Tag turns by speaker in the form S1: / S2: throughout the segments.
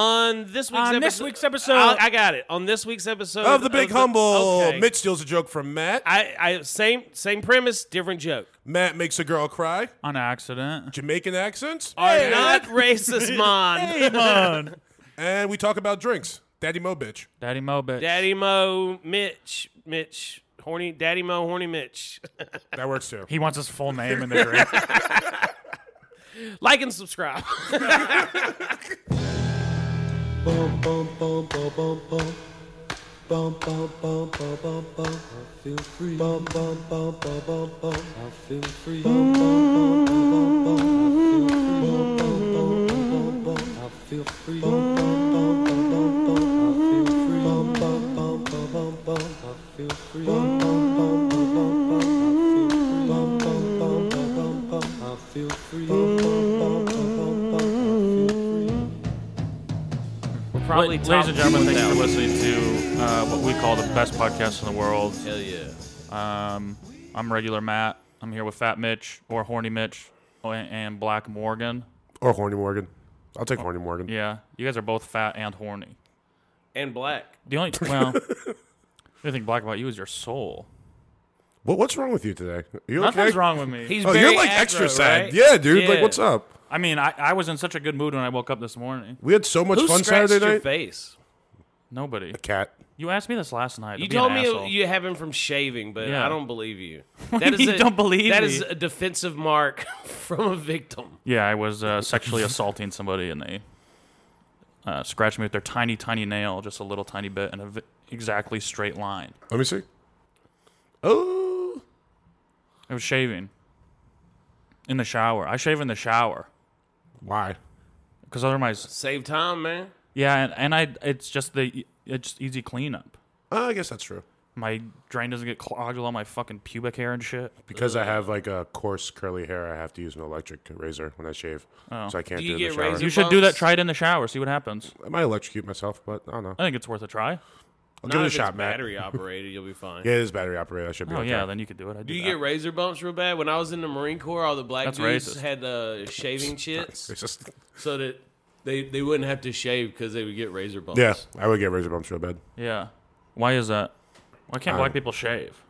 S1: On this week's
S2: On
S1: episode,
S2: this week's episode-
S1: I, I got it. On this week's episode
S3: Of the Big Humble,
S1: okay.
S3: Mitch steals a joke from Matt.
S1: I, I same same premise, different joke.
S3: Matt makes a girl cry.
S2: on accident.
S3: Jamaican accents.
S1: Are not racist, mon.
S2: Come on.
S3: And we talk about drinks. Daddy Mo bitch.
S2: Daddy Mo bitch.
S1: Daddy Mo, Mitch, Mitch, horny Daddy Mo, horny Mitch.
S3: That works too.
S2: He wants his full name in the drink.
S1: like and subscribe.
S4: Bum bum bum bum bum bum. Bum bum bum bum bum bum. I feel free. Bum bum bum bum bum bum. I feel free. Bum bum bum bum bum bum. I feel free. Bum bum bum bum bum bum. I feel free. Bum bum bum bum bum bum. I feel free. Bum bum bum bum bum bum. I feel free. Bum bum bum bum bum bum. I feel free. Bum bum bum bum bum bum. I feel free.
S1: We're probably
S5: Wait,
S1: top
S5: ladies and gentlemen, thanks for
S1: 1000.
S5: listening to uh, what we call the best podcast in the world.
S1: Hell yeah.
S5: Um, I'm regular Matt. I'm here with Fat Mitch or Horny Mitch oh, and, and Black Morgan.
S3: Or Horny Morgan. I'll take Horny Morgan.
S5: Yeah, you guys are both fat and horny.
S1: And black.
S5: The only well, the only thing black about you is your soul.
S3: What, what's wrong with you today? Are you
S5: Nothing's
S3: okay?
S5: wrong with me.
S1: He's
S3: Oh,
S1: very
S3: you're like
S1: aggro,
S3: extra sad.
S1: right?
S3: Yeah, dude. Like,
S1: Yeah.
S3: what's up?
S5: I mean, I, I was in such a good mood when I woke up this morning.
S3: We had so much
S1: Who
S3: fun
S1: scratched
S3: Saturday
S1: your
S3: night.
S1: face?
S5: Nobody.
S3: Cat.
S5: You asked me this last night.
S1: You
S5: Don't
S1: told me
S5: be an asshole.
S1: you have him from shaving, but
S5: Yeah.
S1: I don't believe you.
S5: do you mean you don't believe
S1: That
S5: me?
S1: is a defensive mark from a victim.
S5: Yeah, I was uh, sexually assaulting somebody, and they uh, scratched me with their tiny, tiny nail, just a little tiny bit, in a v- exactly straight line.
S3: Let me see. Oh.
S5: I was shaving in the shower. I shave in the shower
S3: Why?
S5: because otherwise,
S1: Save time, man.
S5: yeah, and, and I it's just the it's just easy cleanup.
S3: Uh, I guess that's true.
S5: My drain doesn't get clogged with all my fucking pubic hair and shit.
S3: Because I have like a coarse curly hair, I have to use an electric razor when I shave, so I can't
S1: Oh. Do
S3: do,
S1: you
S3: it in
S1: get
S3: the shower.
S1: razor-
S5: You should do that.
S1: bumps?
S5: Try it in the shower. See what happens.
S3: I might electrocute myself, but I don't know.
S5: I think it's worth a try.
S3: I'll
S1: Not
S3: give it a
S1: if
S3: shot,
S1: it's
S3: Matt.
S1: battery operated, you'll be fine.
S3: Yeah, it is battery operated. I should be.
S5: Oh
S3: okay.
S5: yeah, then you could do it. I do
S1: Do you
S5: that.
S1: get razor bumps real bad? When I was in the Marine Corps, all the black
S5: That's
S1: dudes
S5: racist.
S1: had uh, shaving chits
S3: It's just
S1: so that they, they wouldn't have to shave because they would get razor bumps.
S3: yeah. I would get razor bumps real bad
S5: yeah. Why is that? Why can't black people shave?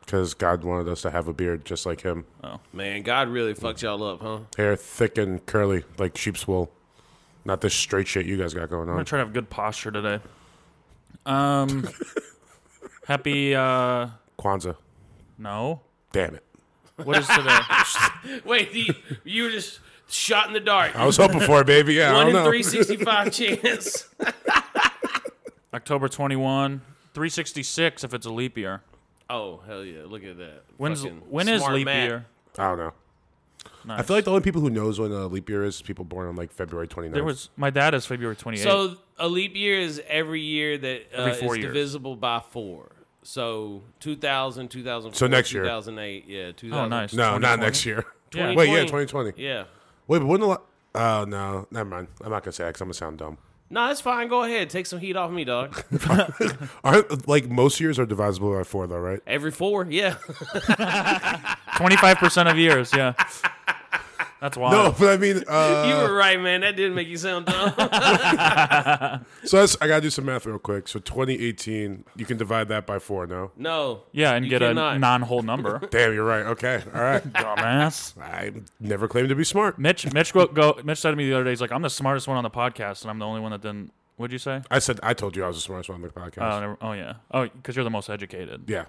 S3: because God wanted us to have a beard just like him,
S1: Man, God really fucked y'all up, huh?
S3: hair thick and curly like sheep's wool, not this straight shit you guys got going
S5: I'm gonna
S3: on.
S5: try to have good posture today. Um, happy. uh
S3: Kwanzaa.
S5: No,
S3: Damn it.
S5: what is today?
S1: Wait, you, you were just shot in the dark.
S3: I was hoping for it, baby. Yeah, I
S1: One
S3: don't
S1: in
S3: know.
S1: 365 chance.
S5: October 21, 366 if it's a leap year.
S1: Oh, hell yeah. Look at that.
S5: When's
S1: Fucking
S5: when is
S1: smart
S5: leap
S1: Matt.
S5: year?
S3: I don't know. I feel like the only people who knows when a leap year is, is people born on like February 29th.
S5: There was my dad is February 28th.
S1: So a leap year is every year that uh,
S5: Every four
S1: is
S5: years.
S1: divisible by four. So 2000, 2004,
S3: So next year.
S1: 2008, yeah, 2000.
S5: oh nice.
S3: no, not
S5: 2020?
S3: next year.
S5: Yeah.
S3: Wait, yeah, 2020.
S1: Yeah.
S3: Wait, but wouldn't a lot? Oh no, never mind. I'm not gonna say that because I'm gonna sound dumb.
S1: No, that's fine. Go ahead. Take some heat off me, dog.
S3: Aren't like most years are divisible by four though, right?
S1: Every four, yeah.
S5: 25% of years, yeah. That's wild.
S3: No, but I mean, uh,
S1: you were right, man. That didn't make you sound dumb.
S3: so that's, I gotta do some math real quick. So 2018, you can divide that by four. No,
S1: no.
S5: Yeah, and
S1: You
S5: get
S1: cannot.
S5: a non-whole number.
S3: damn, you're right. Okay, all right.
S5: Dumbass.
S3: I never claimed to be smart.
S5: Mitch Mitch go, go Mitch said to me the other day he's like I'm the smartest one on the podcast and I'm the only one that didn't What'd you say?
S3: I said I told you I was the smartest one on the podcast.
S5: Oh, never, oh yeah. Oh, because you're the most educated.
S3: yeah,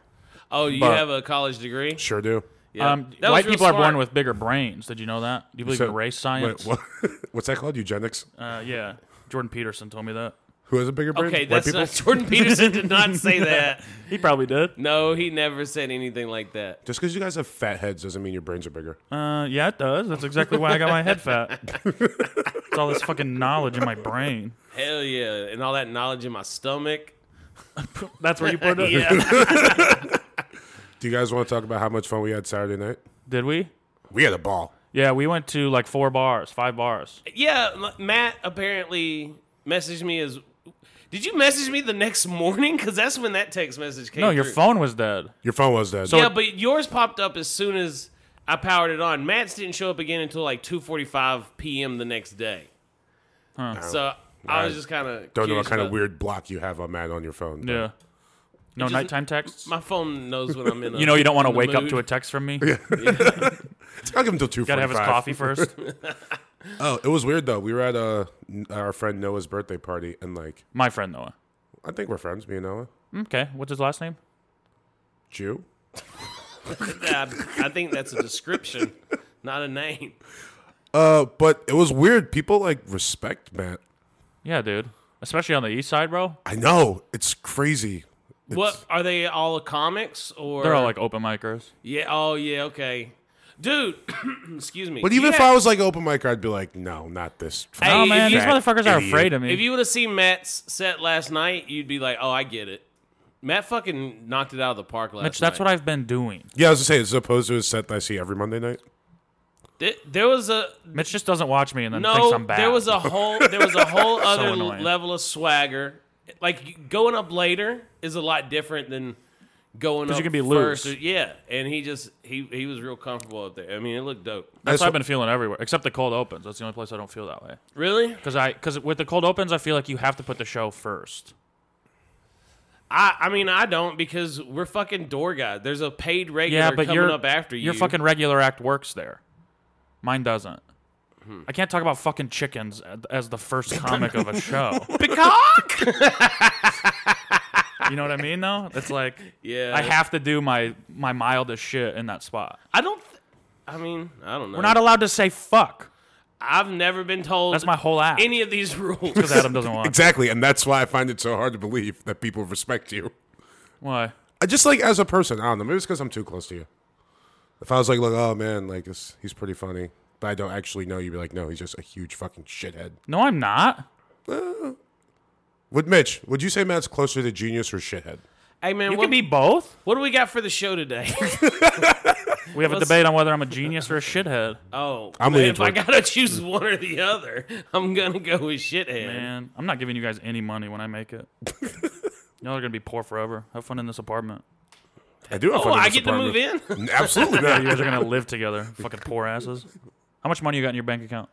S1: Oh, you
S5: But-
S1: have a college degree?
S3: sure do.
S1: Yeah.
S5: Um,
S1: That was
S5: white
S1: real
S5: people are
S1: smart.
S5: born with bigger brains. Did you know that? Do you believe
S3: So-
S5: in race science?
S3: Wait, what, what's that called? Eugenics?
S5: Uh, yeah. Jordan Peterson told me that.
S3: Who has a bigger brain?
S1: Okay,
S3: White
S1: that's
S3: people?
S1: not, Jordan Peterson did not say that.
S5: He probably did.
S1: No, he never said anything like that.
S3: Just because you guys have fat heads doesn't mean your brains are bigger.
S5: Uh, yeah, it does. That's exactly why I got my head fat. it's all this fucking knowledge in my brain.
S1: Hell yeah. And all that knowledge in my stomach.
S5: That's where you put it.
S1: Yeah.
S3: Do you guys want to talk about how much fun we had Saturday night?
S5: Did we?
S3: We had a ball.
S5: Yeah, we went to like four bars, five bars.
S1: yeah, M- Matt apparently messaged me as. Did you message me the next morning? Because that's when that text message came
S5: No, your
S1: through.
S5: phone was dead.
S3: Your phone was dead.
S1: Yeah, but yours popped up as soon as I powered it on. Matt's didn't show up again until like 2:45 p.m. the next day. So I was just kind of
S3: Don't know what kind of weird block you have on that on your phone. but-
S5: Yeah. No
S1: just-
S5: nighttime texts.
S1: My phone knows when I'm in. A,
S5: you know you don't want to
S1: in the
S5: wake up
S1: mood.
S5: to a text from me.
S3: I'll give him till two.
S5: Gotta have his coffee first.
S3: Oh, it was weird though. We were at uh, n- our friend Noah's birthday party, and like,
S5: My friend Noah. Mm,
S3: I think we're friends, me and Noah.
S5: Okay, what's his last name?
S3: Jew.
S1: I, I think that's a description, not a name.
S3: Uh, but it was weird. People like respect Matt.
S5: Yeah, dude. Especially on the east side, bro.
S3: I know it's crazy.
S1: What are they all comics or
S5: They're all like open micers.
S1: yeah oh yeah okay dude excuse me
S3: But even
S1: Yeah.
S3: if I was like open mic, I'd be like, no, not this.
S1: Hey,
S5: oh
S1: if
S5: man,
S1: you-
S5: these motherfuckers are
S3: idiot.
S5: afraid of me.
S1: If you would have seen Matt's set last night, you'd be like, "Oh, I get it." Matt fucking knocked it out of the park last
S5: Mitch,
S1: night.
S5: that's what I've been doing.
S3: Yeah, I was gonna say, as opposed to a set that I see every Monday night.
S1: Th- there was a
S5: Mitch just doesn't watch me and then thinks
S1: no.
S5: I'm bad.
S1: There was a whole. There was a whole other
S5: annoying.
S1: level of swagger. Like you- going up later is a lot different than going up.
S5: 'Cause you can be
S1: first.
S5: loose.
S1: Yeah, and he just he he was real comfortable up there. I mean, it looked dope.
S5: That's
S3: That's
S5: what I've
S3: what-
S5: been feeling everywhere, except the cold opens. That's the only place I don't feel that way.
S1: Really,
S5: Because I, because with the cold opens, I feel like you have to put the show first.
S1: I I mean I don't because we're fucking door guy. There's a paid regular
S5: Yeah, but
S1: coming
S5: your
S1: up after you.
S5: your fucking regular act works there. Mine doesn't. I can't talk about fucking chickens a- as the first comic of a show.
S1: peacock.
S5: You know what I mean? Though it's like
S1: Yeah,
S5: I have to do my my mildest shit in that spot.
S1: I don't. Th- I mean, I don't know.
S5: We're not allowed to say fuck.
S1: I've never been told.
S5: That's my whole act.
S1: Any of these rules?
S5: Because Adam doesn't want.
S3: Exactly, and that's why I find it so hard to believe that people respect you.
S5: Why?
S3: I just like as a person, I don't know. Maybe it's because I'm too close to you. If I was like, like, oh man, like this, he's pretty funny, but I don't actually know, you'd be like, no, he's just a huge fucking shithead.
S5: No, I'm not.
S3: Would Mitch? Would you say Matt's closer to genius or shithead?
S1: hey man,
S5: You
S1: what,
S5: can be both.
S1: what do we got for the show today?
S5: We have a debate on whether I'm a genius or a shithead.
S1: oh,
S3: I'm
S1: man,
S3: leaning
S1: if I
S3: toward-
S1: gotta choose one or the other, I'm gonna go with shithead.
S5: Man, I'm not giving you guys any money when I make it. Y'all are gonna be poor forever. Have fun in this apartment.
S3: I do. Have
S1: Oh,
S3: fun in
S1: I
S3: this
S1: get to move in.
S3: apartment. Absolutely
S5: You
S3: not.
S5: guys are gonna live together. Fucking poor asses. How much money you got in your bank account?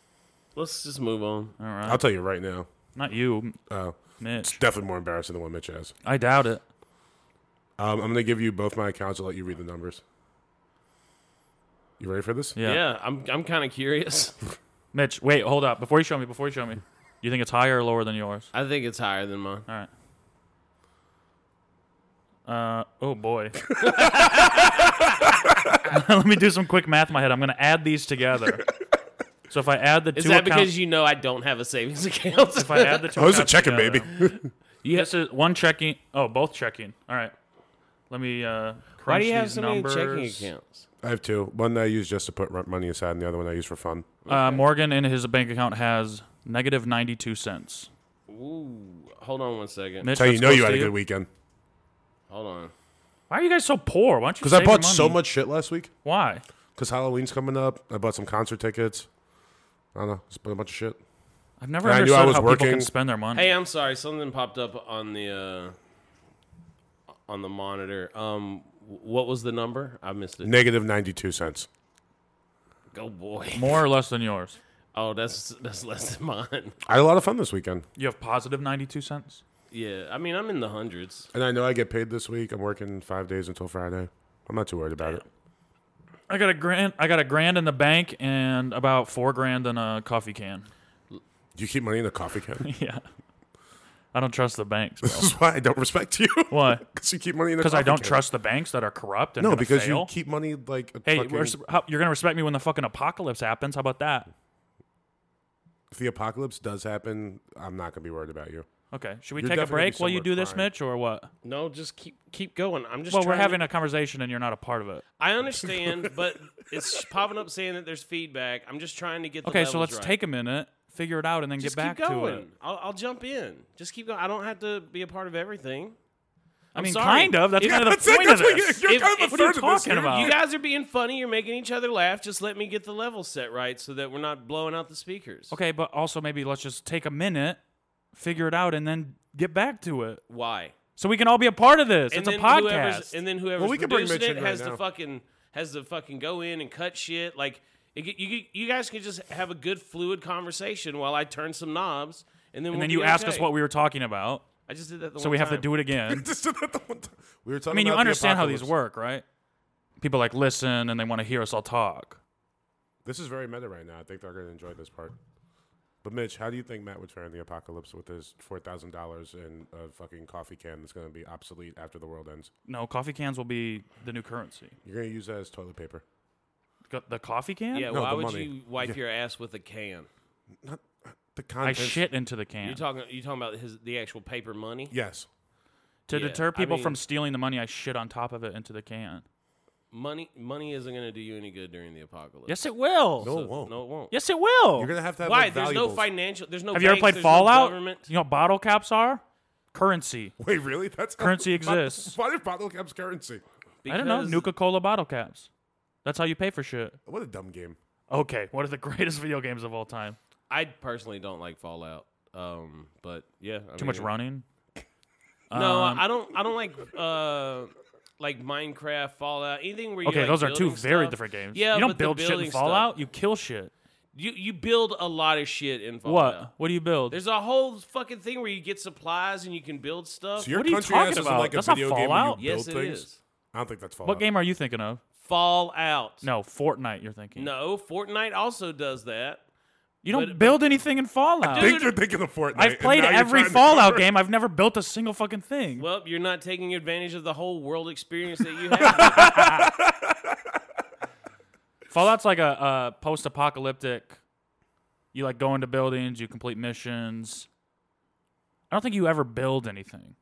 S1: Let's just move on.
S5: All right.
S3: I'll tell you right now.
S5: Not you,
S3: Oh,
S5: Mitch.
S3: definitely more embarrassing than what Mitch has.
S5: I doubt it.
S3: Um, I'm gonna give you both my accounts. I'll let you read the numbers. You ready for this?
S1: Yeah,
S5: Yeah.
S1: I'm I'm kind of curious.
S5: Mitch, wait, hold up. Before you show me, before you show me. You think it's higher or lower than yours?
S1: I think it's higher than mine.
S5: All right. Uh, oh boy. Let me do some quick math in my head. I'm gonna add these together. So if I add the
S1: Is
S5: two
S1: that
S5: accounts,
S1: because you know I don't have a savings account?
S5: if I add the two,
S3: Oh, it's a
S5: accounts
S3: checking,
S5: together-
S3: baby.
S5: This is one checking. Oh, both checking. All right. Let me.
S1: Why
S5: Uh,
S1: do
S5: crunch
S1: you have
S5: these
S1: so
S5: numbers.
S1: many checking accounts?
S3: I have two. One I use just to put rent money aside, and the other one I use for fun.
S5: Uh, Morgan in his bank account has negative ninety-two cents.
S1: Ooh, hold on one second.
S5: Mitch,
S3: Tell you
S5: that's
S3: know you
S5: close
S3: had
S5: to
S3: a good weekend
S1: Hold on.
S5: Why are you guys so poor? Why don't you?
S3: because I
S5: save your
S3: bought so
S5: money?
S3: much shit last week.
S5: Why?
S3: Because Halloween's coming up. I bought some concert tickets. I don't know. Just bought a bunch of shit.
S5: I've never
S3: And I knew
S5: understood
S3: I was
S5: how people can
S3: working.
S5: spend their money.
S1: Hey, I'm sorry. Something popped up on the uh, on the monitor. Um, wh- what was the number? I missed it.
S3: Negative 92 cents.
S1: Go boy.
S5: More or less than yours.
S1: Oh, that's that's less than mine.
S3: I had a lot of fun this weekend.
S5: You have positive ninety-two cents.
S1: Yeah, I mean I'm in the hundreds.
S3: And I know I get paid this week. I'm working five days until Friday. I'm not too worried about it.
S5: I got a grand. I got a grand in the bank and about four grand in a coffee can.
S3: Do you keep money in a coffee can?
S5: yeah. I don't trust the banks. Bro.
S3: This is why I don't respect you.
S5: Why?
S3: Because you keep money in a
S5: Because
S3: coffee
S5: I don't
S3: can.
S5: trust the banks that are corrupt and
S3: No,
S5: gonna
S3: because you
S5: fail.
S3: keep money like a
S5: Hey,
S3: fucking-
S5: we're, s- how, you're gonna respect me when the fucking apocalypse happens. How about that?
S3: if the apocalypse does happen, I'm not gonna be worried about you.
S5: Okay, should we
S3: You're
S5: take a
S3: definitely gonna be
S5: break while you
S3: somewhere
S5: do this,
S3: fine.
S5: Mitch, or what?
S1: No, just keep keep going. I'm just.
S5: well, we're
S1: trying to-
S5: having a conversation and you're not a part of it.
S1: I understand, but it's popping up saying that there's feedback. I'm just trying to get. The
S5: Okay, so
S1: levels
S5: let's
S1: right.
S5: take a minute, figure it out, and then
S1: Just
S5: get back
S1: keep going.
S5: to it.
S1: I'll, I'll jump in. Just keep going. I don't have to be a part of everything.
S5: I mean,
S1: sorry.
S5: kind of. That's
S1: If-
S5: kind of
S3: That's
S5: the
S3: it,
S5: point
S3: that's
S5: of
S3: what
S5: this.
S3: you- you're
S1: If-
S3: kind of
S1: if-
S3: a
S1: what are you
S3: third of this,
S5: talking
S3: dude.
S5: about?
S1: You guys are being funny. You're making each other laugh. Just let me get the level set right so that we're not blowing out the speakers.
S5: Okay, but also maybe let's just take a minute, figure it out, and then get back to it,
S1: Why?
S5: so we can all be a part of this. it's a
S1: Whoever's,
S5: podcast.
S1: and then whoever's
S3: Well, we could bring
S1: producing
S3: Mitch
S1: it
S3: in right
S1: has to
S3: now.
S1: fucking has to fucking go in and cut shit. Like it, get- you, you guys can just have a good fluid conversation while I turn some knobs And then,
S5: and
S1: we'll
S5: then
S1: be
S5: you ask us
S1: okay.
S5: what we were talking about,
S1: I just did that. The
S5: so we have to do it again.
S3: Just did that the one time. We were talking.
S5: I mean, you
S3: about the
S5: understand how these work,
S3: apocalypse.
S5: right? People like listen and they want to hear us all talk.
S3: This is very meta right now. I think they're going to enjoy this part. But Mitch, how do you think Matt would fare in the apocalypse with his four thousand dollars in a fucking coffee can that's going to be obsolete after the world ends?
S5: No, coffee cans will be the new currency.
S3: You're going to use that as toilet paper.
S5: Co- The coffee can?
S1: Yeah,
S3: No,
S1: why
S3: the
S1: would
S3: money.
S1: you wipe your ass with a can?
S3: uh,
S5: I
S3: The contents.
S5: shit into the can.
S1: You talking? You talking about his the actual paper money?
S3: Yes.
S5: to
S1: yeah, I
S5: deter people
S1: mean-
S5: from stealing the money, I shit on top of it into the can.
S1: Money, money isn't going to do you any good during the apocalypse.
S5: Yes, it will.
S3: No, it won't.
S1: No, it won't.
S5: Yes, it will.
S3: You're going to Oh, have to have
S1: Why?
S3: Like,
S1: There's no
S3: valuables.
S1: financial. There's no.
S5: have you ever
S1: banks,
S5: played
S1: there's no
S5: Fallout?
S1: government.
S5: you know what bottle caps are? Currency.
S3: Wait, really? That's how-
S5: Currency
S3: Bottle-
S5: exists.
S3: Why do bottle caps currency?
S5: I don't know.
S1: Because-
S5: Nuka Cola bottle caps. That's how you pay for shit.
S3: What a dumb game.
S5: Okay, one of the greatest video games of all time.
S1: I personally don't like Fallout. Um, but yeah, I
S5: Too much
S1: mean-
S5: running.
S1: No,
S5: Um,
S1: I don't. I don't like uh, like Minecraft, Fallout, anything where you
S5: Okay,
S1: like,
S5: those are two
S1: building
S5: very
S1: stuff.
S5: different games.
S1: Yeah, but
S5: you don't
S1: the
S5: build shit
S1: building
S5: in
S1: stuff-
S5: Fallout. You kill shit.
S1: You you build a lot of shit in Fallout.
S5: What? What do you build?
S1: Oh, There's a whole fucking thing where you get supplies and you can build stuff.
S3: So your
S5: What are you
S3: country
S5: talking
S3: ass isn't
S5: about?
S3: like a
S5: That's not
S3: video game where you
S5: Fallout.
S1: yes,
S3: build
S1: it
S3: things.
S1: is.
S3: I don't think that's Fallout.
S5: what game are you thinking of?
S1: Fallout.
S5: No, Fortnite. You're thinking.
S1: no, Fortnite also does that.
S5: you don't
S1: but-
S5: build anything in Fallout.
S3: I think you're thinking of Fortnite.
S5: I've
S3: and
S5: played
S3: now you're
S5: every
S3: trying to-
S5: Fallout game. I've never built a single fucking thing.
S1: Well, you're not taking advantage of the whole world experience that you have.
S5: Fallout's like a, uh post-apocalyptic. You like go into buildings. You complete missions. I don't think you ever build anything.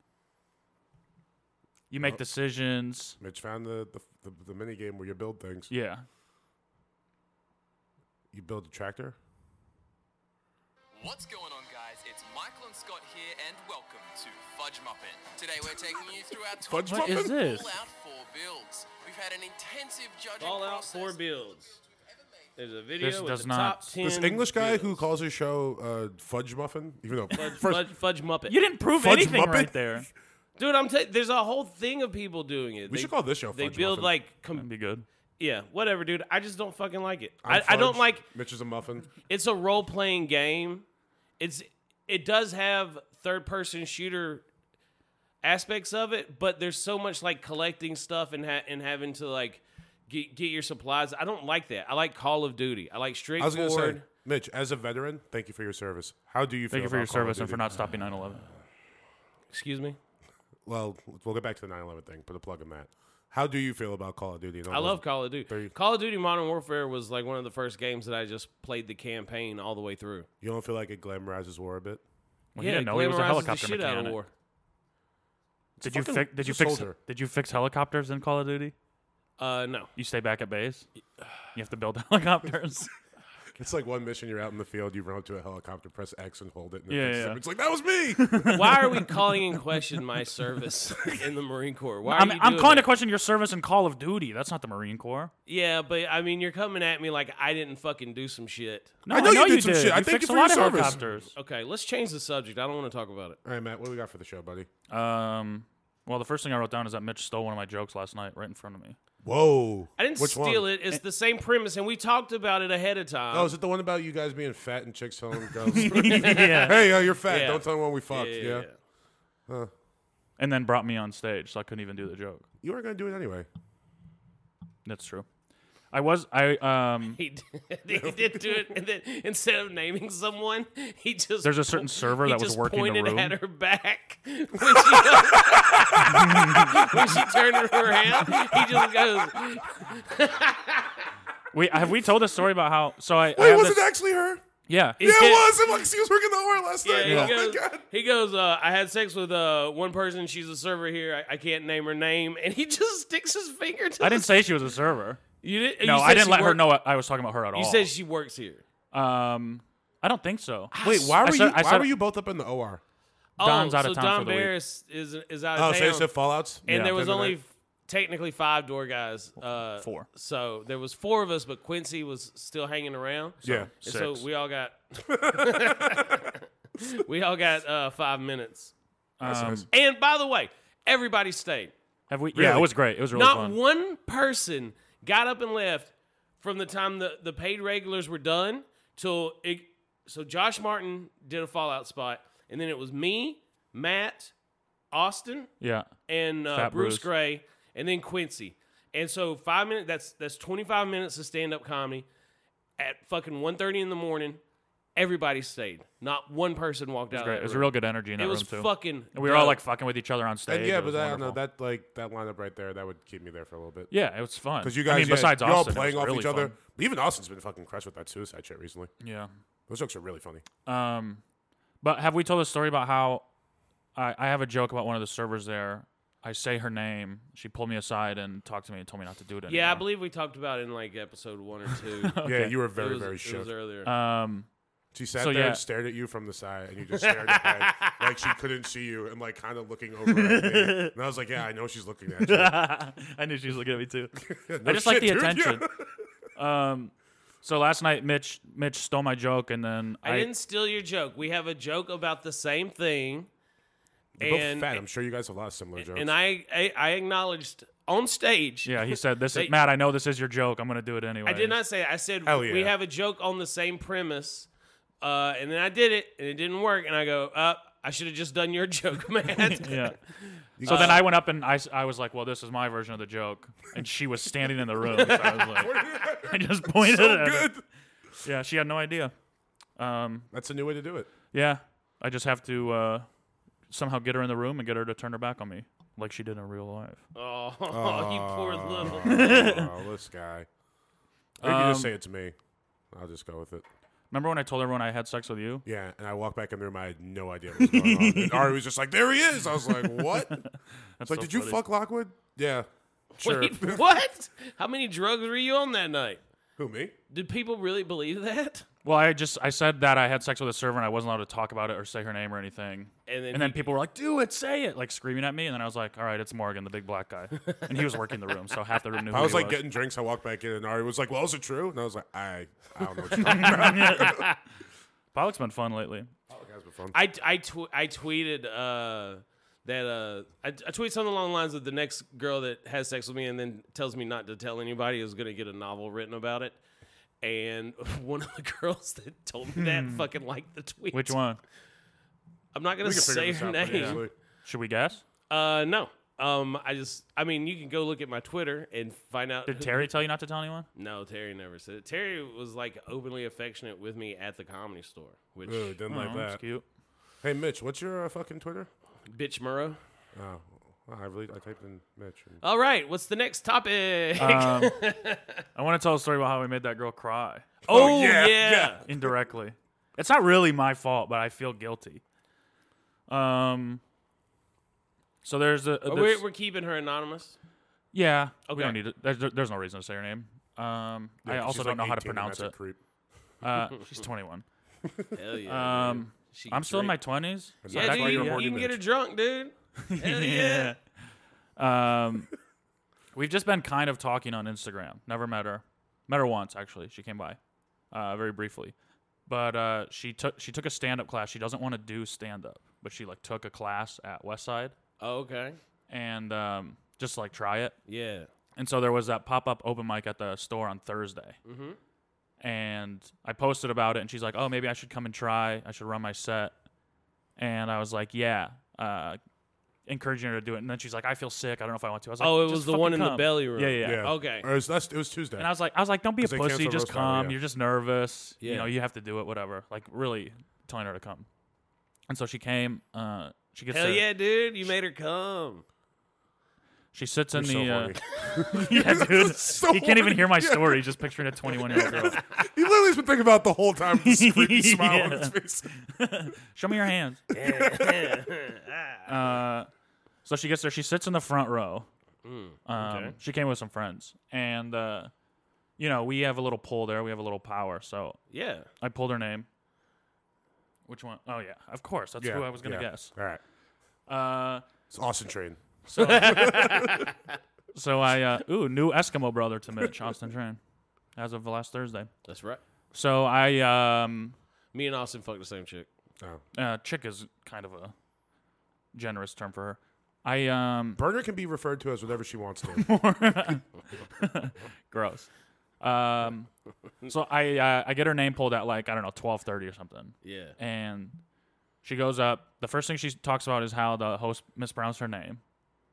S5: You
S3: Uh,
S5: make decisions.
S3: Mitch found the the, the, the mini game where you build things.
S5: Yeah.
S3: You build a tractor.
S6: What's going on, guys? It's Michael and Scott here, and welcome to Fudge Muppet. Today, we're taking you through our top
S3: Fudge
S6: ten
S3: What is
S5: this?
S6: Fallout 4 builds. We've had an intensive judging
S1: Fallout
S6: process.
S1: 4 builds. There's a video
S5: This
S1: with
S5: does
S1: the
S5: not-
S1: top 10
S3: This English guy
S1: builds.
S3: who calls his show uh, Fudge Muffin, even though
S1: Fudge,
S3: first
S1: fudge, fudge Muppet.
S5: You didn't prove
S3: Fudge
S5: anything
S3: Muppet?
S5: right there.
S1: Dude, I'm t- there's a whole thing of people doing it.
S3: we should call this show. Fudge
S1: They build
S3: Muffin.
S1: like
S5: That'd
S1: com-
S5: be good.
S1: yeah, whatever, dude. I just don't fucking like it.
S3: I'm
S1: I, I don't
S3: Fudge,
S1: like
S3: Mitch is a muffin.
S1: it's a role playing game. It's it does have third person shooter aspects of it, but there's so much like collecting stuff and ha- and having to like get get your supplies. I don't like that. I like Call of Duty. I like
S3: I was
S1: straightforward.
S3: gonna say, Mitch, as a veteran, thank you for your service. How do you feel
S5: Thank you for your
S3: about Call of
S5: service and for
S3: Duty?
S5: not stopping 9/11.
S1: Excuse me.
S3: Well, we'll get back to the 9/11 thing. Put a plug in that. How do you feel about Call of Duty? and all
S1: I
S3: those-
S1: love Call of Duty.
S3: There you-
S1: Call of Duty Modern Warfare was like one of the first games that I just played the campaign all the way through.
S3: You don't feel like it glamorizes war a bit?
S5: Well, he didn't know he was a
S1: glamorizes
S5: helicopter
S1: the shit out of
S5: mechanic.
S1: war.
S5: Did you
S3: Fucking-
S5: fix? Did you
S3: he's a
S5: fix?
S3: soldier.
S5: Did you fix helicopters in Call of Duty?
S1: Uh, no.
S5: You stay back at base. You have to build helicopters.
S3: It's like one mission. You're out in the field. You run up to a helicopter, press X, and hold it. And it
S5: Yeah,
S3: fixes
S5: yeah.
S3: it. It's like that was me.
S1: Why are we calling in question my service in the Marine Corps? Why are
S5: I'm,
S1: you
S5: I'm
S1: doing
S5: calling to
S1: that?
S5: question your service in Call of Duty. That's not the Marine Corps.
S1: Yeah, but I mean, you're coming at me like I didn't fucking do some shit.
S5: No,
S3: I know you did some
S5: did.
S3: shit. I thank you
S5: fixed
S3: for
S5: a
S3: your
S5: lot of
S3: service.
S5: helicopters.
S1: Okay, let's change the subject. I don't want to talk about it.
S3: All right, Matt, what do we got for the show, buddy?
S5: Um, well, the first thing I wrote down is that Mitch stole one of my jokes last night right in front of me.
S3: Whoa!
S1: I didn't steal it. It's the same premise, and we talked about it ahead of time.
S3: Oh, is it the one about you guys being fat and chicks telling girls,
S5: yeah.
S3: "Hey, uh, you're fat.
S1: Yeah.
S3: Don't tell anyone we fucked."
S1: yeah,
S3: Yeah,
S1: yeah, yeah.
S5: And then brought me on stage, so I couldn't even do the joke.
S3: you were gonna do it anyway.
S5: That's true. I was I um.
S1: He did, he did do it, and then instead of naming someone, he just
S5: There's a certain server
S1: he
S5: that was
S1: just
S5: working the
S1: pointed
S5: room.
S1: at her back when she, when she turned her around. He just goes,
S5: We have we told a story about how so I, I
S3: Wait,
S5: have
S3: was it
S5: this-
S3: actually her?
S5: yeah
S3: Yeah, it was. It was. She was working the whore last night.
S1: Yeah,
S3: oh
S1: he goes,
S3: my god!
S1: he goes uh, I had sex with uh, one person. She's a server here. I, I can't name her name. And he just sticks his finger to
S5: I
S1: the-
S5: didn't say she was a server.
S1: You didn't,
S5: No,
S1: you
S5: I
S1: said
S5: didn't
S1: she
S5: let her
S1: worked-
S5: know I, I was talking about her at all.
S1: You said she works here.
S5: um, I don't think so.
S3: Wait, why
S5: I
S3: were
S5: said-
S3: you?
S5: I
S3: Why
S5: said-
S3: were you both up in the OR?
S5: Don's
S1: oh,
S5: out of
S1: so
S5: town
S1: Don
S5: for the week.
S1: Barris is, is out of
S3: Oh,
S1: town.
S3: so you said fallouts?
S1: and
S5: Yeah.
S1: there was
S3: Then
S1: only
S3: that-
S1: f- technically five door guys. Uh,
S5: Four.
S1: So there was four of us, but Quincy was still hanging around. So-
S3: Yeah.
S1: and so
S5: Six.
S1: we all got we all got uh, five minutes.
S5: um,
S3: nice.
S1: And by the way, everybody stayed.
S5: have we? Yeah, it
S3: Really?
S5: was great. It was really
S1: Not
S5: fun.
S1: one person got up and left from the time the, the paid regulars were done till it so Josh Martin did a Fallout spot, and then it was me, Matt, Austin,
S5: Yeah.
S1: and uh,
S5: Fat
S1: Bruce,
S5: Bruce.
S1: Gray, and then Quincy. And so five minutes. That's that's twenty five minutes of stand up comedy at fucking 1.30 in the morning. Everybody stayed. Not one person walked out.
S5: Great.
S1: of
S5: It
S1: that
S5: was a
S1: room.
S5: real good energy in that
S1: Uh, It
S5: room
S1: was
S5: too.
S1: fucking.
S5: and we were all
S1: dope.
S5: like fucking with each other on stage.
S3: And yeah,
S5: It was
S3: but I don't know
S5: wonderful.
S3: that like that lineup right there. That would keep me there for a little bit.
S5: Yeah, it was fun.
S3: Because you
S5: I
S3: guys,
S5: mean,
S3: yeah,
S5: besides
S3: you're all
S5: Austin, it was
S3: playing off
S5: really
S3: each other.
S5: fun.
S3: But even Austin's been fucking crushed with that suicide shit recently.
S5: Yeah.
S3: Those jokes are really funny.
S5: Um, but have we told a story about how I, I have a joke about one of the servers there? I say her name. She pulled me aside and talked to me and told me not to do it anymore.
S1: Yeah, I believe we talked about it in like episode one or two.
S3: Yeah, you were very,
S1: it was,
S3: very
S1: it was
S3: shook. Uh,
S1: earlier.
S5: Um,
S3: She sat
S5: So,
S3: there
S5: yeah.
S3: and stared at you from the side, and you just stared at her like she couldn't see you, and like kind of looking over at me. And I was like, "Yeah, I know she's looking at you."
S5: I knew she was looking at me too. I just like
S3: shit,
S5: the
S3: dude, yeah.
S5: attention. um, so last night, Mitch Mitch stole my joke, and then I,
S1: I, didn't steal your joke. We have a joke about the same thing.
S3: You're both
S1: And-
S3: fat. I'm sure you guys have a lot of similar jokes.
S1: And I, I, I acknowledged on stage.
S5: yeah, he said this
S1: They-
S5: is Matt. I know this is your joke. I'm gonna do it anyway.
S1: I did not say that. I said
S3: Hell
S1: we
S3: yeah.
S1: have a joke on the same premise, uh, and then I did it, and it didn't work. And I go, uh, I should have just done your joke, man.
S5: Yeah. So then I
S3: Uh,
S5: went up and I, s- I was like, well, this is my version of the joke, and she was standing in the room. So I was like, I just pointed at her.
S3: good.
S5: Yeah, she had no idea. Um,
S3: That's a new way to do it.
S5: yeah, I just have to uh, somehow get her in the room and get her to turn her back on me, like she did in real life.
S1: Oh, you poor little.
S3: oh, this guy. Or you can just
S5: Um,
S3: say it to me. I'll just go with it.
S5: Remember when I told everyone I had sex with you?
S3: Yeah, and I walked back in the room. I had no idea what was going on. And Ari was just like, "There he is." I was like, "What?" It's like,
S5: so
S3: "Did you
S5: funny.
S3: fuck Lockwood?" Yeah, sure.
S1: Wait, what? How many drugs were you on that night?
S3: Who me?
S1: Did people really believe that?
S5: Well, I just I said that I had sex with a server and I wasn't allowed to talk about it or say her name or anything.
S1: And then
S5: And then
S1: he-
S5: people were like, "Do it, say it!" Like screaming at me. And then I was like, "All right, it's Morgan, the big black guy." And he was working the room, so half the room knew.
S3: I
S5: who
S3: was
S5: he
S3: like
S5: was.
S3: getting drinks. I walked back in, and Ari was like, "Well, is it true?" And I was like, "I, I don't know." What you're talking about.
S5: Pollock's been fun lately.
S3: That guy's been fun.
S1: I I, tw- I tweeted uh, that uh, I, I tweeted something along the lines of the next girl that has sex with me and then tells me not to tell anybody is going to get a novel written about it. And one of the girls that told me that fucking liked the tweet.
S5: Which one?
S1: I'm not going
S3: Hmm. We
S1: to
S3: can figure
S1: say
S3: this
S1: her
S3: out pretty
S1: name.
S3: easily.
S5: Should we guess?
S1: Uh, no. Um, I just, I mean, you can go look at my Twitter and find out.
S3: Uh,
S5: Did Terry tell you not to tell anyone?
S1: no, Terry never said it. Terry was like openly affectionate with me at the comedy store, which
S3: Ooh, didn't
S5: Oh,
S3: like
S5: that's
S3: that.
S5: cute.
S3: Hey, Mitch, what's your uh, fucking Twitter?
S1: bitch Murrow.
S3: Oh, wow, I really I typed in Mitch. And
S1: All right, what's the next topic?
S3: Uh,
S5: Um, I want to tell a story about how we made that girl cry
S1: oh,
S3: yeah,
S1: yeah.
S3: yeah.
S5: indirectly. it's not really my fault, but I feel guilty. Um. So there's a
S1: Oh,
S5: there's-
S1: we're, we're keeping her anonymous.
S5: yeah.
S1: Okay.
S5: We don't need it. There's, there's no reason to say her name. Um. I
S3: Yeah,
S5: also
S3: she's
S5: don't
S3: like
S5: know how
S3: 18
S5: to
S3: and
S5: pronounce
S3: that's
S5: it.
S3: a creep.
S5: Uh, she's 21.
S1: Hell yeah.
S5: Um. I'm still in my 20s.
S3: And
S5: so
S1: yeah,
S5: that's
S1: dude,
S5: why
S1: you,
S5: you're
S1: you
S3: horny
S1: can get her
S3: bitch.
S1: drunk, dude. Hell yeah.
S5: Um, we've just been kind of talking on Instagram. Never met her. Met her once actually. She came by, uh, very briefly. But uh, she took she took a stand up class. She doesn't want to do stand up, but she like took a class at Westside
S1: Oh, okay.
S5: and um, just like try it.
S1: Yeah.
S5: And so there was that pop up open mic at the store on Thursday.
S1: Mm-hmm.
S5: And I posted about it, and she's like, "Oh, maybe I should come and try. I should run my set." And I was like, "Yeah." Uh, encouraging her to do it, and then she's like, "I feel sick. I don't know if I want to." I was like,
S1: Oh, it
S5: "Just
S1: was the
S5: fucking
S1: one in the
S5: come."
S1: belly room.
S5: Yeah, yeah.
S3: Yeah.
S1: Okay.
S3: Or it was, last- it was Tuesday.
S5: And I was like, I was like, "Don't be a
S3: 'Cause they
S5: pussy.
S3: canceled
S5: Just
S3: Roast Battle,
S5: come.
S3: yeah.
S5: You're just nervous.
S1: Yeah.
S5: You know, you have to do it. Whatever." Like really telling her to come. And so she came. Uh, she gets
S1: Hell
S5: to-
S1: yeah, dude. You made her come.
S5: She sits in
S3: so
S5: the. uh,
S3: horny.
S5: yeah, dude.
S3: So
S5: he can't even
S3: horny.
S5: hear my story. Just picturing a 21 year old girl.
S3: He literally's been thinking about it the whole time. This creepy smile on
S5: Yeah.
S3: his face.
S5: Show me your hands. uh, so she gets there. She sits in the front row. Um,
S1: okay.
S5: She came with some friends, and uh, you know we have a little pull there. We have a little power. So
S1: Yeah.
S5: I pulled her name. Which one? Oh yeah, of course. That's
S3: Yeah,
S5: who I was gonna
S3: yeah.
S5: guess.
S3: All right.
S5: Uh,
S3: It's Austin Train.
S5: so I uh, ooh new Eskimo brother to Mitch Austin Train, as of last Thursday.
S1: That's right.
S5: So I um
S1: Me and Austin fucked the same chick.
S3: Oh.
S5: uh, chick is kind of a generous term for her. I um
S3: Burner can be referred to as whatever she wants to.
S5: gross. Um, so I uh, I get her name pulled at like I don't know twelve thirty or something,
S1: Yeah.
S5: and she goes up. The first thing she talks about is how the host mispronounced her name,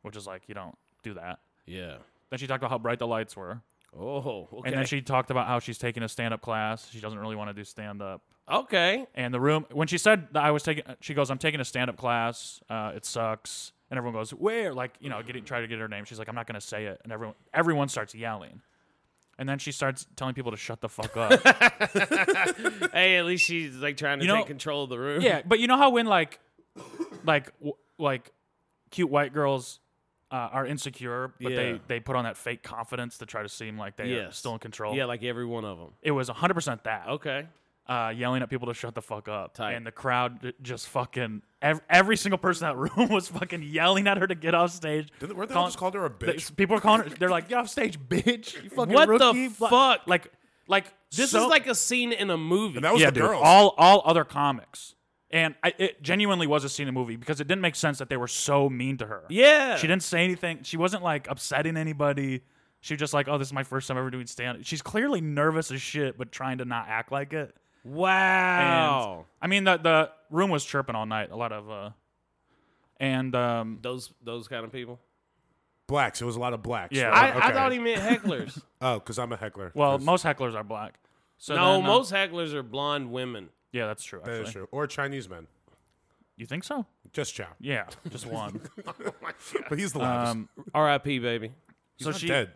S5: which is like you don't do that.
S1: Yeah.
S5: Then she talked about how bright the lights were,
S1: Oh, okay.
S5: and then she talked about how she's taking a stand up class. She doesn't really want to do stand up.
S1: okay.
S5: And the room when she said that I was taking, she goes, "I'm taking a stand up class. Uh, it sucks." And everyone goes, "Where?" Like you know, getting try to get her name. She's like, "I'm not gonna say it." And everyone everyone starts yelling. And then she starts telling people to shut the fuck up.
S1: Hey, at least she's like trying to
S5: You know-
S1: take control of the room.
S5: Yeah, but you know how when like, like, w- like, cute white girls uh, are insecure, but
S1: Yeah.
S5: they they put on that fake confidence to try to seem like they are
S1: Yes.
S5: still in control.
S1: Yeah, like every one of them.
S5: it was 100 percent that.
S1: Okay.
S5: Uh, yelling at people to shut the fuck up,
S1: Tight.
S5: and the crowd j- just fucking every, every single person in that room was fucking yelling at her to get off stage.
S3: Didn't, weren't they all
S5: Calling-
S3: just called her a
S5: they-
S3: bitch?
S5: People are calling her. They're like, "Get off stage, bitch! You fucking
S1: What the
S5: rookie. Blah-
S1: fuck?
S5: Like, like
S1: This
S5: so-
S1: is like a scene in a movie.
S3: and that was
S5: yeah,
S3: the
S5: dude.
S3: girls.
S5: All all other comics, and I, it genuinely was a scene in the movie because it didn't make sense that they were so mean to her.
S1: yeah.
S5: she didn't say anything. She wasn't like upsetting anybody. She was just like, "Oh, this is my first time ever doing stand." She's clearly nervous as shit, but trying to not act like it. And,
S1: Wow.
S5: I mean, the the room was chirping all night. A lot of, uh and um,
S1: those those kind of people.
S3: blacks. It was a lot of blacks.
S5: Yeah.
S3: right?
S1: I, I
S3: Okay.
S1: thought he meant hecklers.
S3: Oh, because I'm a heckler.
S5: well,
S3: 'Cause
S5: most hecklers are black. So
S1: no,
S5: then, uh,
S1: most hecklers are blonde women.
S5: Yeah, that's true.
S3: that
S5: Actually,
S3: is true. Or Chinese men.
S5: you think so?
S3: Just chow.
S5: Yeah, just one.
S3: But he's the loudest.
S5: um,
S1: R.I.P. Baby.
S3: he's
S5: so
S3: not
S5: she-
S3: dead.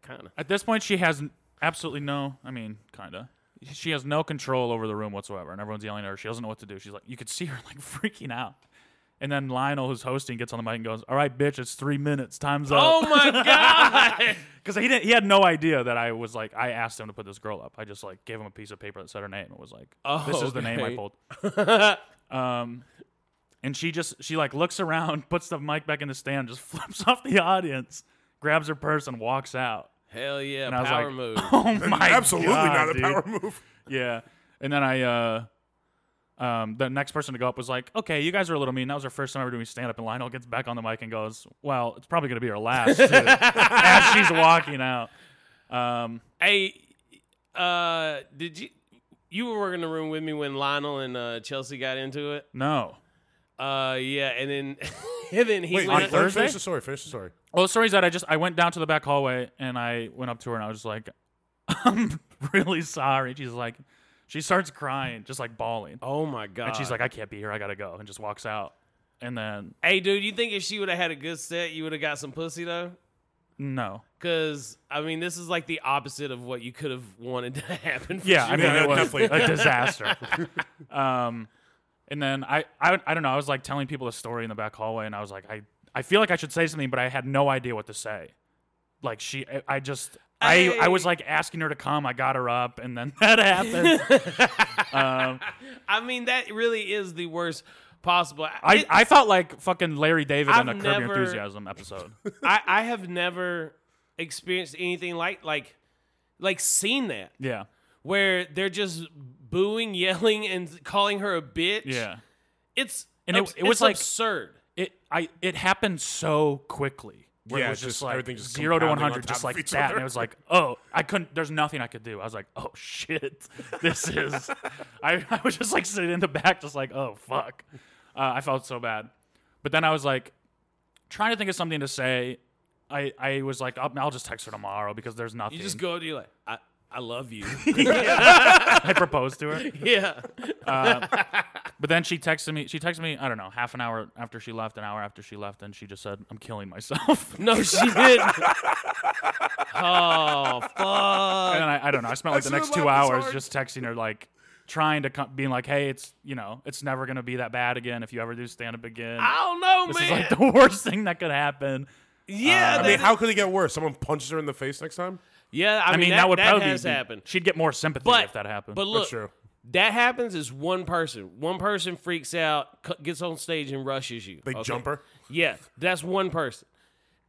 S1: Kind of.
S5: At this point, she has n- absolutely no. I mean, kinda. She has no control over the room whatsoever, and everyone's yelling at her. She doesn't know what to do. She's like, you could see her like freaking out. And then Lionel, who's hosting, gets on the mic and goes, "All right, bitch, it's three minutes. Time's
S1: Oh
S5: up."
S1: my god.
S5: Because he didn't. He had no idea that I was like. I asked him to put this girl up. I just like gave him a piece of paper that said her name and was like,
S1: Oh,
S5: "This is the name I
S1: okay.
S5: pulled." um, and she just she like looks around, puts the mic back in the stand, just flips off the audience, grabs her purse, and walks out.
S1: Hell yeah.
S5: I was
S1: power
S5: like,
S1: move.
S5: Oh my
S3: Absolutely
S5: God,
S3: not a
S5: dude.
S3: power move.
S5: Yeah. And then I uh um the next person to go up was like, Okay, you guys are a little mean. That was our first time ever doing stand up and Lionel gets back on the mic and goes, Well, it's probably gonna be our last too," as she's walking out. Um
S1: Hey, uh, did you you were working the room with me when Lionel and uh, Chelsea got into it?
S5: no.
S1: Uh, yeah, and then and then he
S3: Wait,
S1: went
S3: wait,
S1: up-
S5: Thursday?
S3: finish the story. Finish the story.
S5: Well the story is that I just I went down to the back hallway and I went up to her and I was just like, I'm really sorry. She's like she starts crying, just like bawling.
S1: Oh my god!
S5: And she's like, I can't be here, I gotta go and just walks out. And then
S1: "Hey, dude, you think if she would have had a good set, you would have got some pussy though?
S5: no.
S1: Because I mean, this is like the opposite of what you could have wanted to happen." For
S5: Yeah, I
S1: you.
S5: mean,
S3: Yeah,
S5: it was
S3: definitely.
S5: a disaster. um, and then I, I, I don't know. I was like telling people the story in the back hallway, and I was like, I, I feel like I should say something, but I had no idea what to say. Like she, I, I just, I, I was
S1: Hey.
S5: like asking her to come. I got her up, and then that happened. um,
S1: I mean, that really is the worst possible.
S5: I,
S1: It-
S5: I felt like fucking Larry David in a
S1: I've
S5: Curb Your
S1: never-
S5: Enthusiasm episode.
S1: I, I have never experienced anything like like like seen that
S5: Yeah,
S1: where they're just booing, yelling, and calling her a bitch.
S5: yeah.
S1: It's
S5: And it-
S1: abs-
S5: it was
S1: it's
S5: like-
S1: absurd.
S5: It, I, it happened so quickly. Where
S3: Yeah,
S5: it was just,
S3: just
S5: like
S3: everything just
S5: zero to one
S3: compounding on
S5: hundred,
S3: top
S5: just
S3: of
S5: like
S3: each
S5: that, and
S3: other.
S5: it was like, oh, I couldn't. There's nothing I could do. I was like, oh shit, this is. I, I was just like sitting in the back, just like, oh fuck. Uh, I felt so bad, but then I was like, trying to think of something to say. I, I was like, I'll, I'll just text her tomorrow because there's nothing.
S1: You just go to you like I I love you.
S5: I proposed to her.
S1: yeah.
S5: But then she texted me. She texted me. I don't know, half an hour after she left, an hour after she left, and she just said, "I'm killing myself."
S1: No, she didn't. oh fuck.
S5: and then I, I don't know. I spent like the
S3: should've
S5: next two
S3: laughed this
S5: hours
S3: hard.
S5: just texting her, like trying to come, being like, "Hey, it's you know, it's never gonna be that bad again if you ever do stand up again.
S1: I don't know,
S5: this is
S1: man.
S5: like the worst thing that could happen."
S1: yeah,
S3: I
S1: that-
S3: mean, how could it get worse? Someone punches her in the face next time?
S1: yeah. I,
S5: I
S1: mean,
S5: mean,
S1: that,
S5: would
S1: that
S5: probably
S1: has
S5: be,
S1: happened.
S5: She'd get more sympathy
S1: But-
S5: if that happened.
S1: But look,
S3: That's true.
S1: that happens is one person. One person freaks out, cu- gets on stage, and rushes you.
S3: They
S1: okay?
S3: jump her.
S1: Yeah, that's one person.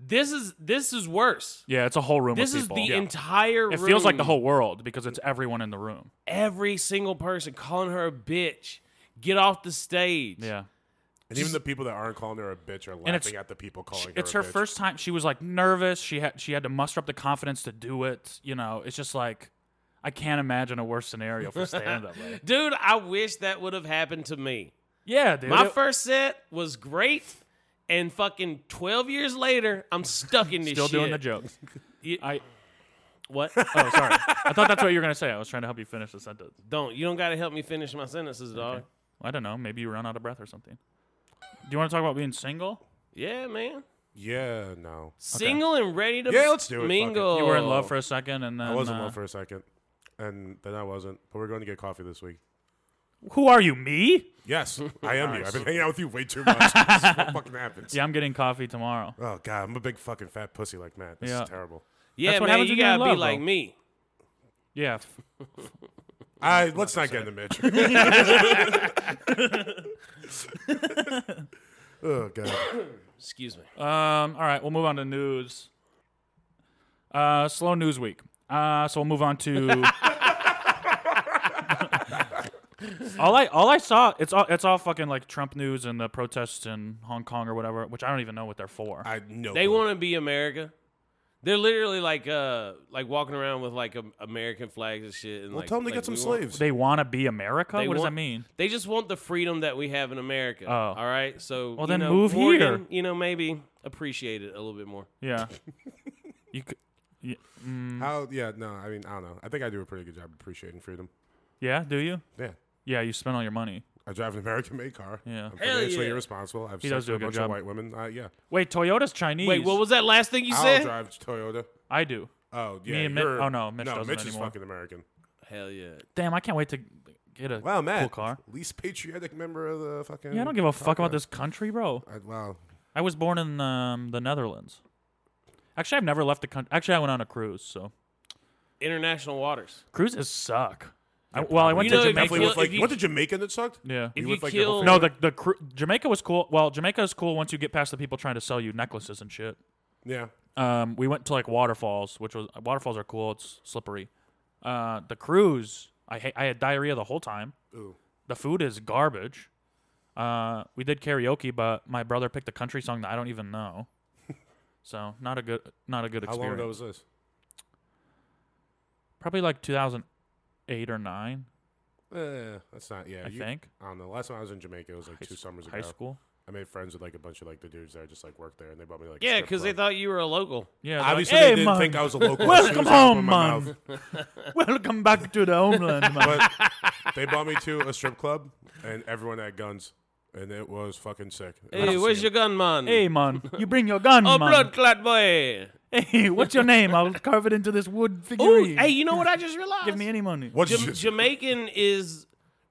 S1: This is this is worse.
S5: yeah, it's a whole room.
S1: This
S5: of
S1: is
S5: people.
S1: the entire.
S5: It feels like the
S1: room.
S5: whole world because it's everyone in the room.
S1: every single person calling her a bitch. Get off the stage.
S5: Yeah,
S3: And even the people that aren't calling her a bitch are
S5: it's-
S3: laughing at the people calling
S5: She-
S3: her.
S5: it's
S3: a
S5: her
S3: bitch.
S5: first time. She was like nervous. She had she had to muster up the confidence to do it. You know, it's just like I can't imagine a worse scenario for stand up.
S1: Dude, I wish that would have happened to me.
S5: yeah, dude.
S1: My
S5: it-
S1: first set was great, and fucking twelve years later, I'm stuck in this
S5: still
S1: shit.
S5: doing the jokes. I
S1: What?
S5: oh sorry. I thought that's what you were gonna say. I was trying to help you finish the sentence.
S1: Don't you don't gotta help me finish my sentences, dog.
S5: I don't know. Maybe you run out of breath or something. Do you want to talk about being single?
S1: Yeah, man.
S3: Yeah, no.
S1: Single and ready to
S3: Yeah, let's do it, fuck it.
S1: mingle.
S5: You were in love for a second, and then
S3: Oh. I was in
S5: uh,
S3: love for a second, and then I wasn't. But we're going to get coffee this week.
S5: Who are you? Me?
S3: Yes, I am you. I've been hanging out with you way too much. this is what fucking happens.
S5: Yeah, I'm getting coffee tomorrow.
S3: Oh god, I'm a big fucking fat pussy like Matt. This
S5: Yeah.
S3: is terrible.
S1: yeah,
S5: That's what
S1: man.
S5: happens
S1: you
S5: when you're in
S1: gotta be
S5: love,
S1: like
S5: though.
S1: me.
S5: Yeah,
S3: I let's not get into Mitch. oh god.
S1: Excuse me.
S5: Um, all right, we'll move on to news. Uh, slow news week. Uh, so we'll move on to. all I all I saw it's all it's all fucking like Trump news and the protests in Hong Kong or whatever, which I don't even know what they're for.
S3: I no.
S1: They
S3: clue.
S1: want to be America. They're literally like uh like walking around with like a, American flags and shit. And
S3: Well,
S1: like,
S3: tell them
S1: like,
S3: to get some
S1: we want-
S3: slaves.
S5: they want to be America.
S1: They
S5: what does that
S1: want-
S5: mean?
S1: They just want the freedom that we have in America.
S5: Oh.
S1: all right. So
S5: Well,
S1: you
S5: then
S1: know,
S5: move
S1: Morgan,
S5: here.
S1: You know, maybe appreciate it a little bit more.
S5: Yeah. you could,
S3: How? Yeah, no. I mean, I don't know. I think I do a pretty good job appreciating freedom.
S5: yeah. Do you?
S3: Yeah,
S5: Yeah. You spend all your money.
S3: I drive an American-made car.
S5: Yeah.
S3: I'm
S1: Hell
S3: financially
S1: yeah.
S3: irresponsible. I've
S5: He does
S3: sex
S5: do
S3: with
S5: a good
S3: a bunch of
S5: job.
S3: white women. Uh, yeah,
S5: Wait, Toyota's Chinese.
S1: Wait, what was that last thing you
S3: I'll
S1: said?
S3: drive Toyota.
S5: I do.
S3: Oh yeah,
S5: and Mitch-
S3: you're-
S5: oh, no, Mitch doesn't
S3: is
S5: anymore.
S3: fucking American.
S1: Hell yeah.
S5: Damn, I can't wait to get a
S3: Wow, Matt,
S5: cool car.
S3: least patriotic member of the fucking.
S5: Yeah, I don't give a fuck about
S3: podcast.
S5: this country, bro.
S3: I, wow,
S5: I was born in um, the Netherlands. Actually, I've never left the country. Actually, I went on a cruise. So
S1: International waters.
S5: cruises suck. I, well, I went
S1: You
S5: to
S1: know, if
S5: Jamaica.
S1: you
S3: definitely with
S1: if
S3: like
S1: you-
S3: what did Jamaican that sucked?
S5: yeah.
S1: If
S3: You
S1: you
S3: look like your
S1: kill
S3: whole
S5: no, the the cru- Jamaica was cool. Well, Jamaica is cool once you get past the people trying to sell you necklaces and shit.
S3: Yeah,
S5: Um, we went to like waterfalls, which was waterfalls are cool. It's slippery. Uh, the cruise, I ha- I had diarrhea the whole time.
S3: Ooh.
S5: The food is garbage. Uh, we did karaoke, but my brother picked a country song that I don't even know. so not a good, not a good
S3: how
S5: experience.
S3: long ago was this?
S5: probably like 2008 or 9
S3: Eh, that's not. Yeah,
S5: i
S3: you-
S5: think
S3: I don't know. Last time I was in Jamaica, it was like two
S5: s-
S3: summers ago.
S5: high school
S3: I made friends with like a bunch of like the dudes that just like worked there, and they bought me like a
S1: Yeah,
S3: strip
S1: because they
S3: club.
S1: thought you were a local.
S5: yeah they're
S3: obviously
S5: like,
S3: they
S5: "Hey,
S3: didn't
S5: man,
S3: think I was a local. as
S5: welcome
S3: soon as I
S5: home
S3: opened my
S5: man
S3: mouth.
S5: welcome back to the homeland man
S3: They bought me to a strip club, and everyone had guns, and it was fucking sick. It
S1: Hey,
S3: was
S1: where's
S3: sick.
S1: your gun, man?
S5: hey man you bring your gun
S1: oh,
S5: man
S1: blood clot boy.
S5: hey what's your name i'll carve it into this wood
S1: Ooh,
S5: figurine
S1: hey, you know what I just realized?
S5: give me any money
S3: What's
S1: Jam-
S3: your-
S1: Jamaican is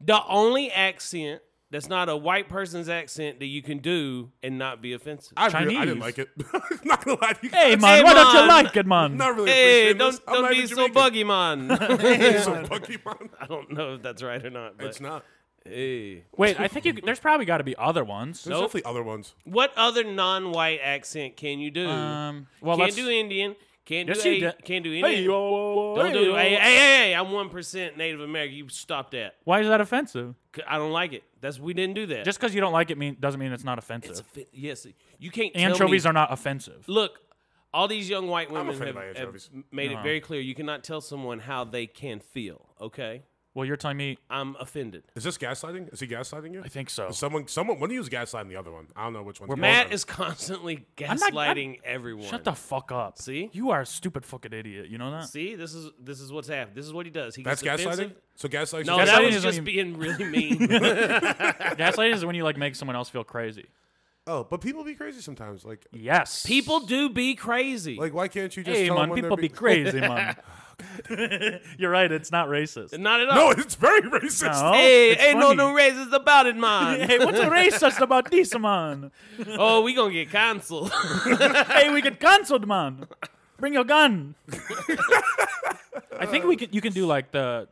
S1: the only accent that's not a white person's accent that you can do and not be offensive.
S3: I, really, I
S5: Chinese?
S3: didn't like it. not gonna lie to you.
S5: hey
S3: guys.
S5: man
S1: Hey,
S5: why don't you
S1: man.
S5: like it man
S3: Not really.
S1: hey,
S3: appreciating
S1: don't
S3: this. I'm
S1: don't
S3: not
S1: be
S3: even
S1: so
S3: Jamaican.
S1: buggy, man. I
S3: so buggy, man.
S1: don't know if that's right or not, but
S3: It's not.
S1: hey.
S5: wait i think you, there's probably got to be other ones
S3: There's definitely other ones.
S1: What other non-white accent can you do?
S5: um well
S1: can't
S5: let's
S1: do Indian. Can't
S5: yes
S1: do
S5: you
S1: a-
S5: did.
S1: can't do Indian.
S5: hey, yo, yo,
S1: don't
S5: hey,
S1: do
S5: yo.
S1: hey, hey, hey, hey, I'm one percent Native American. You stop that.
S5: why is that offensive
S1: 'Cause I don't like it. That's we didn't do that.
S5: just because you don't like it mean, doesn't mean it's not offensive
S1: It's offe- yes, you can't. tell
S5: anchovies
S1: me,
S5: are not offensive.
S1: Look, all these young white women
S3: offended
S1: have,
S3: by
S1: have
S3: anchovies.
S1: made
S5: Uh-huh.
S1: it very clear you cannot tell someone how they can feel. Okay,
S5: Well, you're telling me.
S1: I'm offended.
S3: Is this gaslighting? Is he gaslighting you?
S5: I think so.
S3: Someone, someone, one of you is gaslighting the other one. I don't know which one.
S1: Matt is constantly
S5: not- I'm-
S1: gaslighting everyone.
S5: Shut the fuck up.
S1: See?
S5: you are a stupid fucking idiot. You know that.
S1: See, this is this is what's happened. This is what he does. He
S3: That's
S1: gets offensive.
S3: gaslighting. So gaslighting.
S1: No,
S5: Gaslighting
S1: that was
S5: is
S1: just
S5: when
S1: being really mean.
S5: Gaslighting is when you like make someone else feel crazy.
S3: Oh, but people be crazy sometimes. Like,
S5: Yes.
S1: People do be crazy.
S3: like why can't you just
S5: Hey
S3: tell
S5: man,
S3: them when they're
S5: people be
S3: being-
S5: crazy man. you're right. It's not racist.
S1: Not at all.
S3: No, it's very racist.
S5: No,
S1: hey,
S5: it's
S1: ain't
S5: funny.
S1: no no racist about it, man.
S5: Hey, what's racist about this man?
S1: oh, we gonna get canceled.
S5: Hey, we get cancelled, man. Bring your gun. I think we can. You can do like the,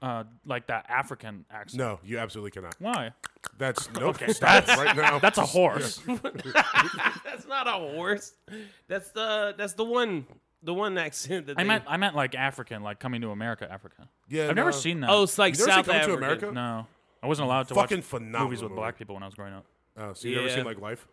S5: uh, like that African accent.
S3: No, you absolutely cannot.
S5: Why?
S3: That's no. stop it right now.
S5: That's a horse.
S1: that's not a horse. That's the that's the one the one accent that
S5: I
S1: they-
S5: meant I meant like African, like coming to America, Africa.
S3: Yeah,
S5: I've never
S3: no.
S5: seen that.
S1: Oh, it's like
S3: You never see
S1: South
S3: Come to
S1: African.
S3: America?
S5: no, I wasn't allowed to
S3: Fucking
S5: watch
S3: phenomenal
S5: movies with
S3: movie.
S5: black people when I was growing up.
S3: Oh, so you've never
S1: Yeah.
S3: seen like Life?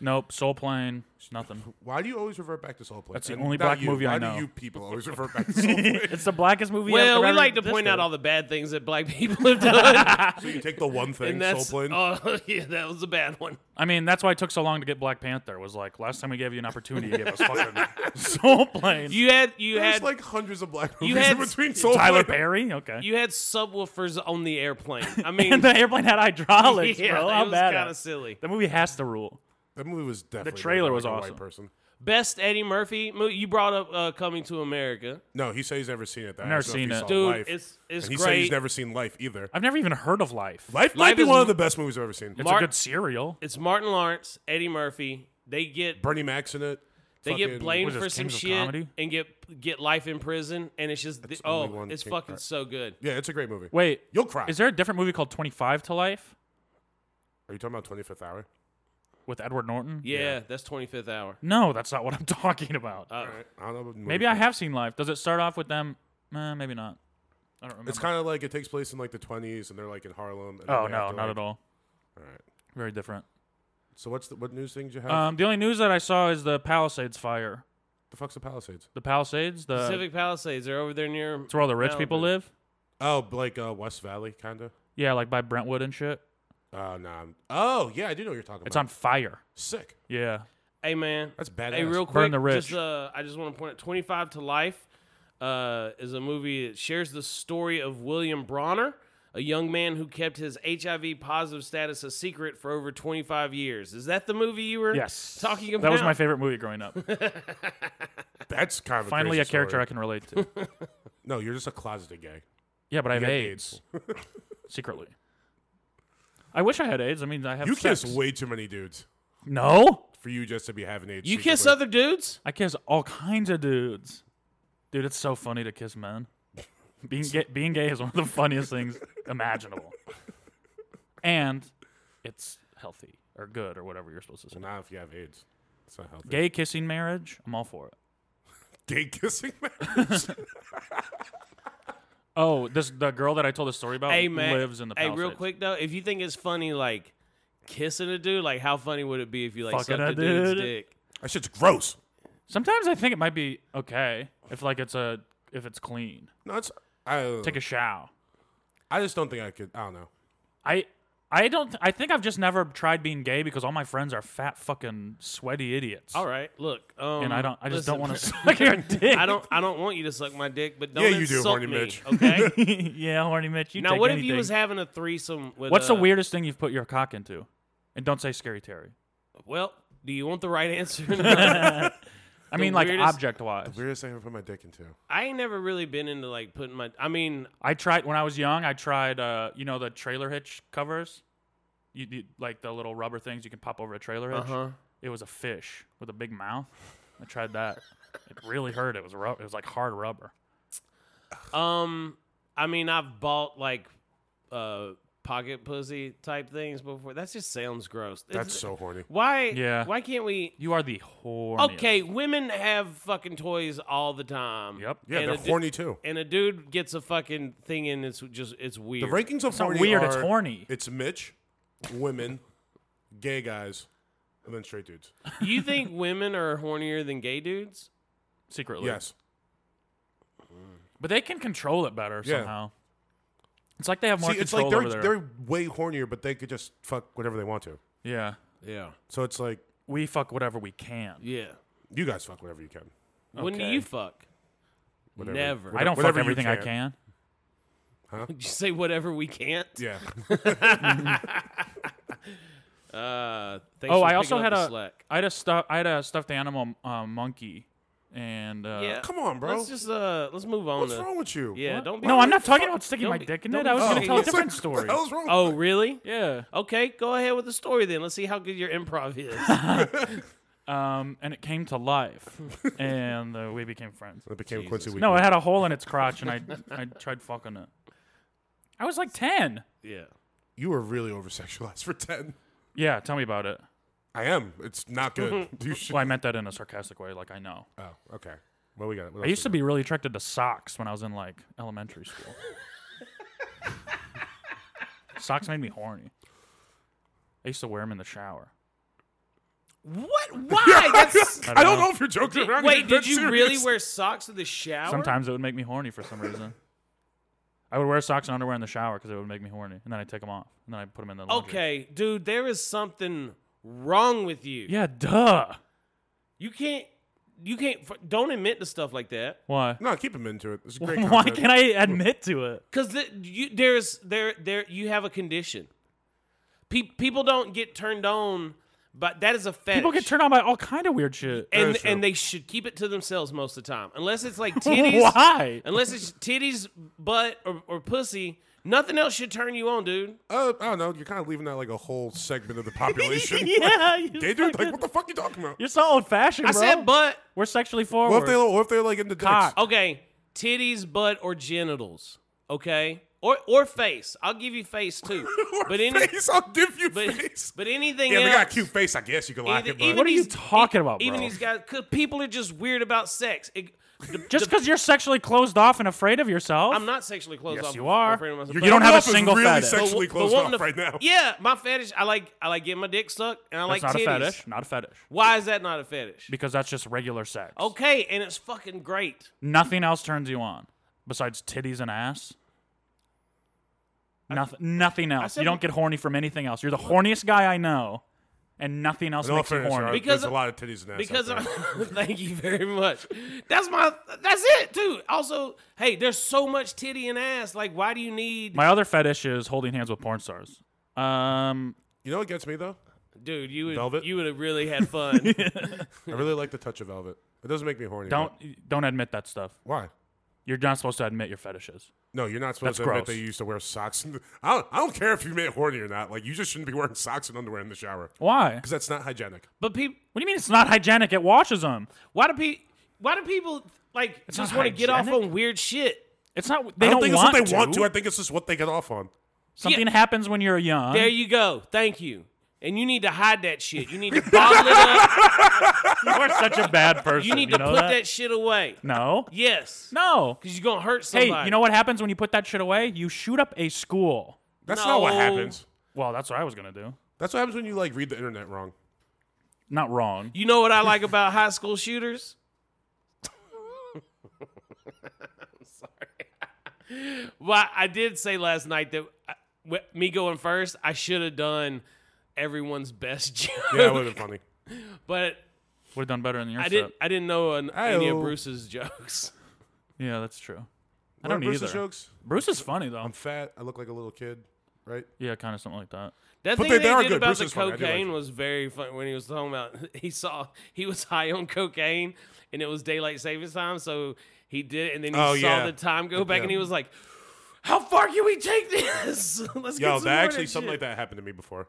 S5: Nope. Soul Plane. Nothing.
S3: Why do you always revert back to Soul Plane?
S5: That's the
S3: And
S5: only
S3: not
S5: black
S3: you.
S5: movie I
S3: Why
S5: know.
S3: do you people always revert back to Soul Plane?
S5: It's the blackest movie.
S1: Well,
S5: I've
S1: we
S5: ever
S1: like to point out
S5: existed.
S1: all the bad things that black people have done,
S3: so you take the one thing,
S1: and that's
S3: Soul Plane.
S1: oh yeah, that was a bad one.
S5: I mean, that's why it took so long to get Black Panther. Was like last time we gave you an opportunity, you gave us fucking Soul Plane.
S1: You had you
S3: There's
S1: had
S3: like hundreds of black movies
S1: you had
S3: in between Soul
S5: Tyler
S3: Plane.
S5: Perry. Okay.
S1: you had subwoofers on the airplane. I mean,
S5: and the airplane had hydraulics,
S1: yeah,
S5: bro.
S1: it
S5: How
S1: was
S5: bad?
S1: kind of silly.
S5: That movie has to rule.
S3: That movie was definitely made
S5: trailer
S3: by, like,
S5: was
S3: a white
S5: awesome.
S3: person.
S1: Best Eddie Murphy movie. You brought up uh, Coming to America,
S3: No, he said he's never seen it. That
S5: Never seen it.
S1: dude.
S3: Life.
S1: It's it's
S3: and he said
S1: great.
S3: he's never seen Life either.
S5: I've never even heard of Life.
S1: Life
S3: Life might be
S1: is
S3: one
S1: m-
S3: of the best movies I've ever seen.
S5: It's
S1: Mark-
S5: a good serial.
S1: it's Martin Lawrence, Eddie Murphy. They get
S3: Bernie Mac's in it.
S1: They get
S3: Fucking-
S1: blamed
S5: what is
S1: for
S5: this,
S1: some
S5: Kings of
S1: shit
S5: Comedy?
S1: and get get life in prison, and it's just the,
S3: the only
S1: oh,
S3: one
S1: it's
S3: King-
S1: fucking
S3: uh,
S1: so good.
S3: Yeah, it's a great movie.
S5: Wait,
S3: You'll cry.
S5: is there a different movie called Twenty Five to Life
S3: Are you talking about 25th Hour?
S5: with Edward Norton?
S1: Yeah, that's twenty fifth hour. Uh,
S5: No, that's not what I'm talking about.
S3: I don't know. about the
S5: maybe
S3: movie.
S5: I have seen Life. Does it start off with them? Eh, maybe not. I don't remember.
S3: It's kind of like it takes place in like the 20s, and they're like in Harlem. And then
S5: oh
S3: they have
S5: no, not
S3: to, like-
S5: at all.
S3: All right.
S5: Very different.
S3: So what's the, what news things you have?
S5: Um, the only news that I saw is the Palisades fire.
S3: the fuck's the Palisades?
S5: The Palisades, the
S1: Pacific Palisades, they're over there near.
S5: it's where all the rich people live.
S3: Oh, b- like uh, West Valley, kind of.
S5: Yeah, like by Brentwood and shit.
S3: Oh no. I'm- Oh yeah, I do know what you're talking
S5: It's
S3: about.
S5: on fire.
S3: sick.
S5: Yeah,
S1: Hey man,
S3: That's badass.
S1: hey real quick.
S5: Burn the
S1: Just,
S5: rich.
S1: uh, I just want to point out twenty five to life uh, is a movie that shares the story of William Bronner, a young man who kept his HIV positive status a secret for over twenty five years. Is that the movie you were
S5: yes.
S1: talking about?
S5: That was my favorite movie growing up.
S3: That's kind of
S5: Finally, a
S3: crazy
S5: character
S3: story.
S5: I can relate to.
S3: No, you're just a closeted gay.
S5: Yeah, but I have
S3: You got
S5: AIDS, secretly. I wish I had AIDS. I mean, I have.
S3: You
S5: sex.
S3: kiss way too many dudes
S5: No,
S3: for you just to be having AIDS.
S1: You kiss
S3: secretly.
S1: other dudes?
S5: I kiss all kinds of dudes. Dude, it's so funny to kiss men. Being gay, being gay is one of the funniest things imaginable, and it's healthy or good or whatever you're supposed to say.
S3: Well, not if you have AIDS. It's not healthy.
S5: Gay kissing marriage, I'm all for it.
S3: Gay kissing marriage.
S5: Oh, this the girl that I told the story about
S1: hey, man,
S5: lives in the
S1: Hey,
S5: Palisades.
S1: real quick though, if you think it's funny, like kissing a dude, like how funny would it be if you like
S5: Fucking
S1: sucked
S5: a
S1: a dude's
S5: dude.
S1: dick?
S3: that shit's gross.
S5: Sometimes I think it might be okay if like it's a if it's clean.
S3: No, it's. I, don't know.
S5: Take a shower.
S3: I just don't think I could. I don't know.
S5: I I don't. I think I've just never tried being gay because all my friends are fat, fucking sweaty idiots.
S1: All right, look, um,
S5: and I don't. I just don't
S1: listen,
S5: want to suck your dick.
S1: I don't. I don't want you to suck my dick, but don't
S3: Yeah, you do,
S1: insult
S3: horny
S1: me,
S3: bitch.
S1: Okay.
S5: yeah, horny Mitch. You
S1: now,
S5: take
S1: what if
S5: anything.
S1: you was having a threesome with?
S5: What's
S1: uh,
S5: the weirdest thing you've put your cock into? And don't say scary Terry.
S1: Well, do you want the right answer? or not?
S5: I mean, like
S1: weirdest-
S5: object wise.
S3: Weirdest thing I ever put my dick into.
S1: I ain't never really been into like putting my. I mean,
S5: I tried when I was young. I tried, uh, you know, the trailer hitch covers. You, you like the little rubber things you can pop over a trailer hitch.
S1: Uh-huh.
S5: It was a fish with a big mouth. I tried that. it really hurt. It was rub- It was like hard rubber.
S1: um, I mean, I've bought like, uh, pocket pussy type things before. That just sounds gross. It's-
S3: That's so horny.
S1: Why?
S5: Yeah.
S1: Why can't we?
S5: You are the horniest.
S1: Okay, women have fucking toys all the time.
S5: Yep.
S3: Yeah,
S1: and
S3: they're
S1: a du-
S3: horny too.
S1: And a dude gets a fucking thing and it's just it's
S3: The
S1: weird.
S3: rankings of
S5: not
S3: horny
S5: weird, it's
S3: are-
S5: horny.
S3: It's Mitch, women, gay guys, and then straight dudes.
S1: you think women are hornier than gay dudes?
S5: Secretly.
S3: Yes.
S5: But they can control it better
S3: Yeah.
S5: somehow. It's like they have more
S3: See, it's
S5: control
S3: like they're
S5: over their.
S3: they're way hornier, but they could just fuck whatever they want to.
S5: yeah.
S1: Yeah.
S3: So it's like
S5: We fuck whatever we can.
S1: Yeah.
S3: you guys fuck whatever you can.
S1: When do
S5: Okay.
S1: you fuck?
S3: Whatever.
S1: Never.
S3: Whatever-
S5: I don't fuck
S3: whatever you
S5: everything I
S3: can.
S5: can.
S1: Did you say whatever we can't?
S3: Yeah.
S1: Uh, thanks
S5: Oh,
S1: for
S5: I
S1: picking
S5: also
S1: up
S5: had
S1: the
S5: a
S1: slack.
S5: I had a stuff. I had a stuffed animal uh, monkey, and uh,
S1: Yeah.
S3: Come on, bro.
S1: Let's just uh let's move on.
S3: What's
S1: to,
S3: wrong with you?
S1: Yeah. Don't be.
S5: no, I'm not talking about sticking
S1: don't
S5: my
S1: be-
S5: dick in
S1: don't
S5: it.
S1: be
S5: I was going
S1: fucking-
S5: to tell a
S1: It's
S5: different
S3: What
S5: story.
S3: the hell's wrong?
S1: Oh, really?
S5: Yeah.
S1: Okay, go ahead with the story then. Let's see how good your improv is.
S5: Um, and it came to life, and uh, we became friends.
S3: It became Quincy Weekly.
S5: No, I had a hole in its crotch, and I I tried fucking it. I was like ten.
S1: yeah.
S3: you were really over sexualized for ten.
S5: Yeah, tell me about it.
S3: I am. It's not good. you should.
S5: Well, I meant that in a sarcastic way, like I know.
S3: Oh, okay. Well, we got. It.
S5: I used to be really attracted to socks when I was in like elementary school. socks made me horny. I used to wear them in the shower.
S1: What? Why? That's
S3: I don't
S5: know.
S3: know if you're joking around.
S1: wait.
S3: You're
S1: Did you
S3: serious.
S1: really wear socks in the shower?
S5: Sometimes it would make me horny for some reason. I would wear socks and underwear in the shower because it would make me horny, and then I'd take them off, and then I'd put them in the laundry.
S1: Okay, dude, there is something wrong with you.
S5: Yeah, duh.
S1: You can't. You can't. f- Don't admit to stuff like that.
S5: Why?
S3: No, keep him into it. It's a great.
S5: Why
S3: concept.
S5: can't I admit to it?
S1: Because the, you, there's there there you have a condition. Pe- people don't get turned on, but that is a fetish.
S5: People get turned on by all kind of weird shit.
S1: and
S3: That's true.
S1: and they should keep it to themselves most of the time, unless it's like titties.
S5: Why?
S1: Unless it's titties, butt, or, or pussy. Nothing else should turn you on, dude.
S3: Uh, I don't know. You're kind of leaving out like a whole segment of the population.
S5: yeah, you
S3: Gay dude, like what the fuck you talking about?
S5: are so old fashioned,
S1: I
S5: bro.
S1: said butt.
S5: We're sexually forward.
S3: What if they what if they're like into dicks?
S5: Cock.
S1: Okay, titties, butt, or genitals. Okay, or or face. I'll give you face too. but any
S3: face, I'll give you
S1: but,
S3: face.
S1: but anything
S3: yeah,
S1: else.
S3: they got a cute face. I guess you can like
S1: either-
S3: it, but
S5: What are you
S1: these-
S5: talking about,
S1: Even
S5: bro?
S1: these guys, cause people are just weird about sex. It, the-
S5: Just
S1: the-
S5: because you're sexually closed off and afraid of yourself,
S1: I'm not sexually closed
S5: Yes,
S1: off.
S5: you are.
S1: I'm afraid of myself,
S5: You-
S1: but-
S5: you don't
S3: Open
S5: have a
S3: up is
S5: single
S3: really
S5: fetish.
S1: but-
S3: sexually
S1: but
S3: closed
S1: wanting
S3: off
S1: to-
S3: right now.
S1: Yeah, my fetish. I like I like getting my dick sucked, and I like
S5: that's not
S1: titties.
S5: a fetish. Not a fetish.
S1: Why is that not a fetish?
S5: Because that's just regular sex.
S1: Okay, and it's fucking great.
S5: Nothing else turns you on besides titties and ass. Nothing. nothing else.
S1: said-
S5: You don't get horny from anything else. You're the horniest guy I know, and nothing else
S3: In all
S5: makes you
S3: fairness,
S5: horny.
S3: there are-
S1: Because-
S3: there's a lot of titties and ass. out
S1: Because
S3: there.
S1: I'm, thank you very much. That's my. That's it too. Also, hey, there's so much titty and ass. Like, why do you need,
S5: My other fetish is holding hands with porn stars. Um,
S3: you know what gets me though?
S1: dude? You would
S3: Velvet?
S1: you would have really had fun.
S3: I really like the touch of velvet. It doesn't make me horny.
S5: don't
S3: but-
S5: don't admit that stuff.
S3: Why?
S5: You're not supposed to admit your fetishes.
S3: No, you're not supposed
S5: That's
S3: to admit
S5: gross.
S3: that you used to wear socks. And, I don't. I don't care if you made it horny or not. Like you just shouldn't be wearing socks and underwear in the shower
S5: Why?
S3: because that's not hygienic.
S1: But people,
S5: What do you mean it's not hygienic? It washes them.
S1: why do people? Why do people like just
S5: not
S1: want to get off
S5: hygienic?
S1: on weird shit?
S5: It's not. They
S3: I don't, think
S5: want
S3: it's what they
S5: to.
S3: want to. I think it's just what they get off on.
S5: Something happens when you're young.
S1: There you go. Thank you. And you need to hide that shit. You need to bottle it up.
S5: you are such a bad person.
S1: You need to
S5: know
S1: put that? shit away.
S5: No.
S1: Yes.
S5: No.
S1: Because you're gonna hurt somebody.
S5: Hey, you know what happens when you put that shit away? You shoot up a school.
S3: That's not what
S1: No.
S3: happens.
S5: Well, that's what I was gonna do.
S3: That's what happens when you like read the internet wrong.
S5: Not wrong.
S1: You know what I like about high school shooters? I'm sorry. well, I did say last night that I, wi- me going first, I should have done everyone's best joke,
S3: Yeah, that would have been funny.
S1: but
S5: Would have done better in your
S1: I
S5: set.
S1: didn't. I didn't know an, any of
S5: oh.
S3: Ayo.
S1: Bruce's jokes.
S5: Yeah, that's true. I
S3: Remember
S5: don't
S3: Bruce's
S5: either.
S3: jokes.
S5: Bruce is funny though.
S3: I'm fat. I look like a little kid, right?
S5: Yeah, kind of something like that.
S1: That
S3: But
S1: thing
S3: they-
S1: they,
S3: they are
S1: did
S3: good.
S1: about
S3: Bruce is
S1: the
S3: funny. I do like
S1: cocaine
S3: it.
S1: was very funny when he was talking about he saw he was high on cocaine and it was daylight savings time, so he did it and then he saw
S3: Oh, yeah.
S1: the time go back and
S3: Yeah.
S1: he was like, How far can we take this? Let's
S3: Yo,
S1: get some
S3: that actually something
S1: something
S3: like that happened to me before.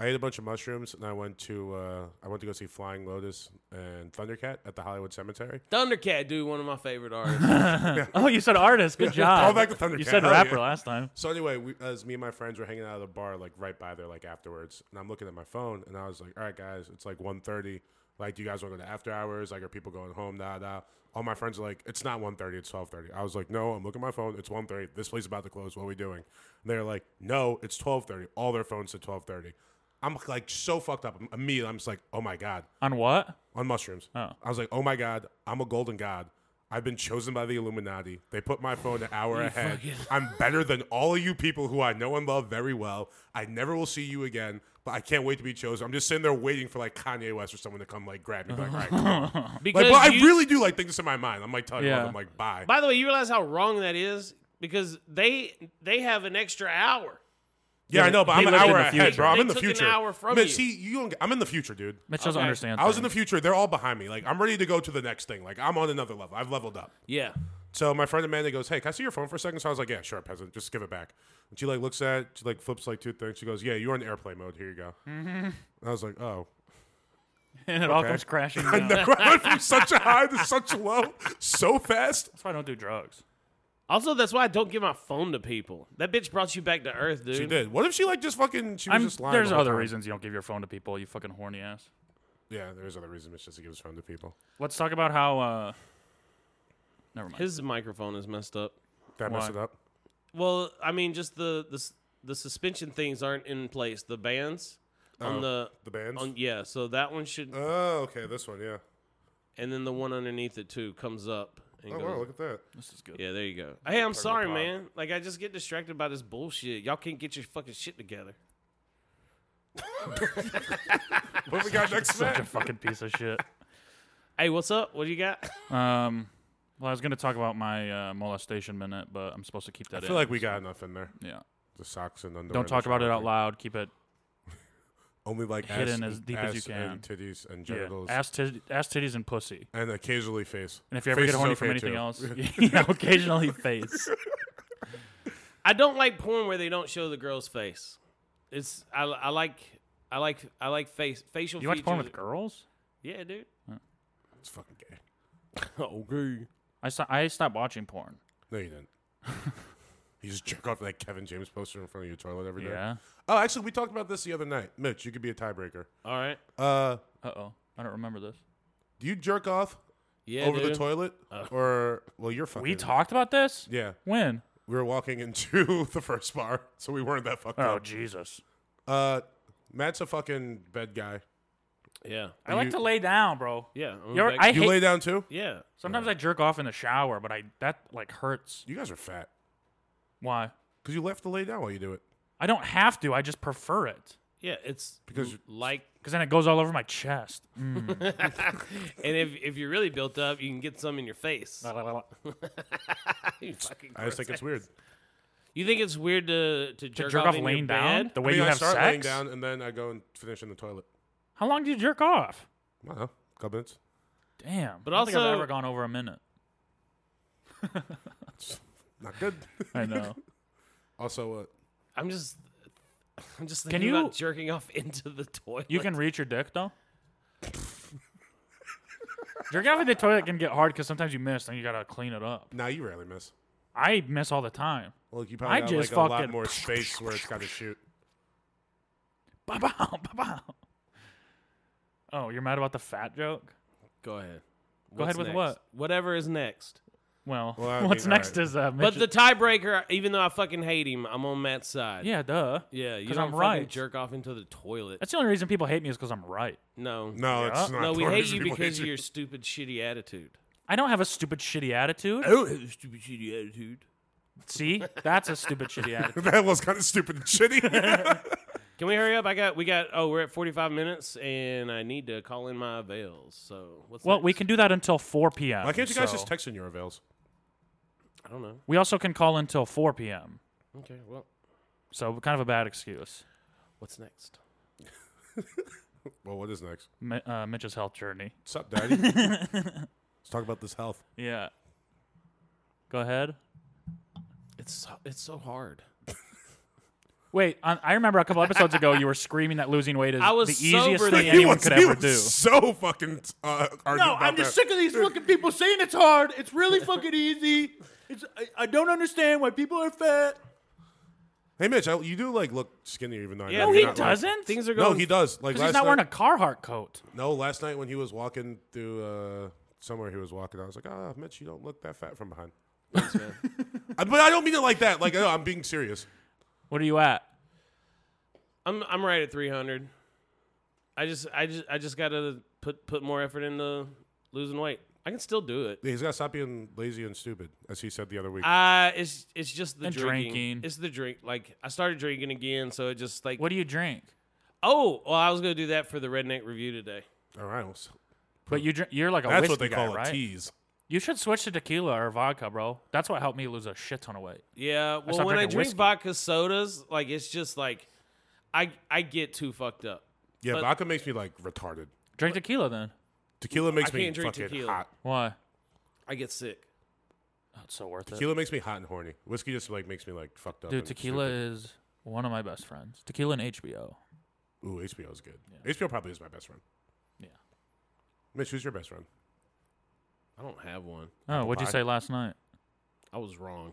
S3: I ate a bunch of mushrooms and I went to uh, I went to go see Flying Lotus and Thundercat at the Hollywood Cemetery.
S1: Thundercat, dude, one of my favorite artists.
S5: Oh, you said artist. Good job.
S3: Call back to Thundercat.
S5: You said
S3: Hell
S5: rapper
S3: yeah.
S5: last time.
S3: So anyway, we, as me and my friends were hanging out at a bar, like right by there, like afterwards, and I'm looking at my phone, and I was like, "All right, guys, it's like 1.30. Like, do you guys want to go to after hours? Like, are people going home? Da da." All my friends are like, "It's not 1.30, It's 12.30. I was like, "No, I'm looking at my phone. It's 1.30. This place is about to close. What are we doing?" And they're like, "No, it's 12.30. All their phones at 12.30. I'm like so fucked up. Immediately, I'm just like, "Oh my god."
S5: On what?
S3: on mushrooms. I was like, oh my God, I'm a golden god. I've been chosen by the Illuminati. They put my phone an hour ahead. I'm better than all of you people who I know and love very well. I never will see you again, but I can't wait to be chosen. I'm just sitting there waiting for like Kanye West or someone to come like grab me. Like, all right, come on."
S1: Because
S3: like, but
S1: you-
S3: I really do like think this in my mind. I'm like telling
S5: Yeah.
S3: them, like, bye.
S1: by the way, you realize how wrong that is? Because they they have an extra hour.
S3: yeah, I know, but
S5: they
S3: I'm an
S5: lived in
S3: hour
S5: the
S3: ahead,
S5: future.
S3: bro. I'm
S1: They
S3: in the
S1: took an
S3: future.
S1: hour from
S3: Mitch,
S1: you.
S3: see, you don't, I'm in the future, dude.
S5: Mitch doesn't
S1: Okay.
S5: understand.
S3: I was in the
S5: things.
S3: future. They're all behind me. Like, I'm ready to go to the next thing. Like, I'm on another level. I've leveled up.
S1: Yeah.
S3: So my friend Amanda goes, "Hey, can I see your phone for a second? So I was like, "Yeah, sure, peasant. Just give it back." And she like looks at, it, she like flips like two things. She goes, "Yeah, you're in airplane mode. Here you go." Mm-hmm. I was like, "Oh,
S5: and it all comes crashing down. That's
S3: never went from such a high to such a low so fast."
S5: why I don't do drugs.
S1: Also, that's why I don't give my phone to people. That bitch brought you back to earth, dude.
S3: She did. What if she like just fucking? She was
S5: I'm,
S3: just lying.
S5: there's
S3: the whole
S5: other
S3: time?
S5: reasons you don't give your phone to people. You fucking horny ass.
S3: Yeah, there's other reasons. It's just to give his phone to people.
S5: Let's talk about how. uh Never mind.
S1: His microphone is messed up.
S3: That messed it
S5: Why?
S3: up.
S1: Well, I mean, just the the s- the suspension things aren't in place. The bans. on
S3: Oh,
S1: the
S3: the bands.
S1: on yeah. So that one should,
S3: oh, okay, this one, yeah.
S1: and then the one underneath it too comes up. And
S3: Oh
S1: goes,
S3: wow, look at that.
S5: This is good.
S1: Yeah, there you go. Hey, I'm
S3: the
S1: sorry,
S3: pod.
S1: man. Like I just get distracted by this bullshit. Y'all can't get your fucking shit together.
S3: What we got next,
S5: Such a
S3: Matt?
S5: fucking piece of shit.
S1: Hey, what's up? What do you got?
S5: Um, well, I was gonna talk about my uh, molestation minute, but I'm supposed to keep that
S3: I
S5: in.
S3: feel like we got enough in there.
S5: yeah.
S3: The socks and underwear.
S5: Don't
S3: and
S5: talk
S3: the
S5: about it
S3: shower.
S5: out loud. Keep it
S3: Only like
S5: Hidden
S3: ass,
S5: as deep as you
S3: ass and titties and
S5: yeah.
S3: genitals,
S5: ass, tit- ass, titties, and pussy.
S3: and occasionally face.
S5: And if you ever
S3: Face
S5: get
S3: is
S5: horny from
S3: okay,
S5: anything
S3: too.
S5: else, yeah, occasionally face.
S1: I don't like porn where they don't show the girl's face. It's I, I like I like I like face facial.
S5: You watch porn with
S1: features.
S5: girls?
S1: Yeah, dude.
S3: it's fucking gay.
S1: okay.
S5: I sto- I stopped watching porn.
S3: No, you didn't. you just jerk off that Kevin James poster in front of your toilet every day.
S5: Yeah.
S3: Oh, actually, we talked about this the other night. Mitch, you could be a tiebreaker.
S1: All right.
S3: Uh,
S5: Uh oh. I don't remember this.
S3: do you jerk off
S1: Yeah,
S3: over
S1: dude.
S3: the toilet, or well, you're fucking.
S5: We talked about this.
S3: Yeah,
S5: When?
S3: we were walking into the first bar, so we weren't that
S5: Oh.
S3: fucked up.
S5: Jesus.
S3: Uh, Matt's a fucking bed guy.
S1: Yeah,
S5: I like to lay down, bro.
S1: yeah. I'm
S5: You're,
S1: back-
S5: I
S3: You
S5: hate.
S3: lay down too.
S1: yeah.
S5: sometimes I jerk off in the shower, but I that like hurts.
S3: You guys are fat
S5: Why?
S3: because you left to lay down while you do it.
S5: I don't have to. I just prefer it
S1: Yeah, it's
S3: Because
S1: because like,
S5: because then it goes all over my chest.
S1: and if if you're really built up, you can get some in your face.
S5: I
S1: you, fucking
S3: I just think it's weird.
S1: You think it's weird to to jerk,
S5: jerk off
S1: in
S5: laying
S1: your
S5: down.
S1: bed?
S5: The
S3: I
S5: way
S3: mean,
S5: you
S3: I
S5: have
S3: start
S5: sex.
S3: laying down and then I go and finish in the toilet.
S5: How long do you jerk off?
S3: I don't know, couple minutes.
S5: Damn.
S1: But
S5: I don't think
S1: also-
S5: I've ever gone over a minute.
S3: Not good.
S5: I know.
S3: also, uh,
S1: I'm just. I'm just
S5: Can
S1: thinking about
S5: you-
S1: jerking off into the toilet.
S5: You can reach your dick though. Jerking off in the toilet can get hard because sometimes you miss and you gotta clean it up.
S3: now you rarely miss.
S5: I miss all the time.
S3: Well, you probably
S5: I
S3: got
S5: just
S3: like a lot
S5: fucking-
S3: more space where it's got to shoot.
S5: Ba-bow, ba-bow. Oh, you're mad about the fat joke?
S1: Go ahead.
S5: Go ahead with
S1: next?
S5: what?
S1: Whatever is next.
S5: Well,
S3: Well, I
S5: what's
S3: mean, all
S5: next
S3: right.
S5: is uh,
S1: But
S5: Mitch
S1: the tiebreaker, even though I fucking hate him, I'm on Matt's side.
S5: yeah, duh.
S1: Yeah, you
S5: 'Cause
S1: don't
S5: I'm
S1: fucking
S5: right.
S1: jerk off into the toilet.
S5: That's the only reason people hate me is because I'm right.
S1: No.
S3: No, it's
S5: Yeah.
S3: not.
S1: No, we
S3: the
S1: hate
S3: reason
S1: you
S3: people
S1: because
S3: you.
S1: of your stupid, shitty attitude.
S5: I don't have a stupid shitty attitude.
S1: don't have a stupid, shitty attitude.
S5: See, that's a stupid shitty attitude.
S3: that was kind of stupid and shitty.
S1: Can we hurry up? I got, we got, oh, we're at 45 minutes and I need to call in my veils. So what's
S5: Well, we
S1: next?
S5: can do that until 4 p.m.
S3: Why can't you guys
S5: so-
S3: just text in your avails?
S1: I don't know.
S5: We also can call until 4 p.m.
S1: Okay, well,
S5: So kind of a bad excuse.
S1: what's next?
S3: Well, what is next?
S5: Mi- uh, Mitch's health journey.
S3: What's up, Daddy? Let's talk about this health.
S5: Yeah. Go ahead.
S1: It's so, it's so hard.
S5: Wait, on, I remember a couple episodes ago you were screaming that losing weight is
S1: I was
S5: the easiest
S1: sober
S5: thing
S1: then.
S5: anyone
S3: was-
S5: could
S3: he
S5: ever
S3: was
S5: do.
S3: So fucking. Uh, no,
S5: sick of these fucking people saying it's hard. It's really fucking easy. It's I, I don't understand why people are fat.
S3: Hey, Mitch, I, you do like look skinnier even though. I
S1: Yeah,
S3: know
S1: no,
S5: No,
S3: you're
S5: he
S3: not, like-
S5: doesn't.
S1: Things are going.
S3: no, he does. Like
S5: because
S3: last
S5: he's not wearing a
S3: night.
S5: Carhartt coat.
S3: no, last night when he was walking through uh, somewhere, he was walking. I was like, ah, Mitch, you don't look that fat from behind. I, but I don't mean it like that. Like, no, I'm being serious.
S5: What are you at?
S1: I'm I'm right at 300. I just I just I just gotta put put more effort into losing weight. I can still do it.
S3: He's got to stop being lazy and stupid, as he said the other week.
S1: Uh it's it's just the
S5: And
S1: drinking.
S5: drinking.
S1: It's the drink. Like I started drinking again, so it just like
S5: What do you drink?
S1: oh well, I was gonna do that for the redneck review today.
S3: All right, well, s-
S5: But you drink, you're like a
S3: that's
S5: whiskey
S3: what they
S5: guy,
S3: call
S5: right?
S3: a tease.
S5: You should switch to tequila or vodka, bro. That's what helped me lose a shit ton of weight.
S1: Yeah, well
S5: stopped
S1: when I
S5: drinking
S1: drink
S5: whiskey.
S1: vodka sodas, like it's just like I I get too fucked up.
S3: Yeah,
S1: But-
S3: vodka makes me like retarded.
S5: Drink tequila then.
S3: Tequila makes me
S1: can't drink
S3: fucking
S1: tequila.
S3: hot.
S5: Why?
S1: I get sick.
S5: Oh, it's so worth
S3: Tequila makes me hot and horny. Whiskey just like makes me like fucked up.
S5: it, dude.
S3: and
S5: Tequila
S3: stupid.
S5: is one of my best friends. Tequila and HBO.
S3: Ooh, HBO is good. HBO probably is my best friend.
S5: Yeah.
S3: Mitch, who's your best friend?
S1: I don't have one.
S5: Oh, what'd
S3: pie.
S5: you say last night?
S1: I was wrong.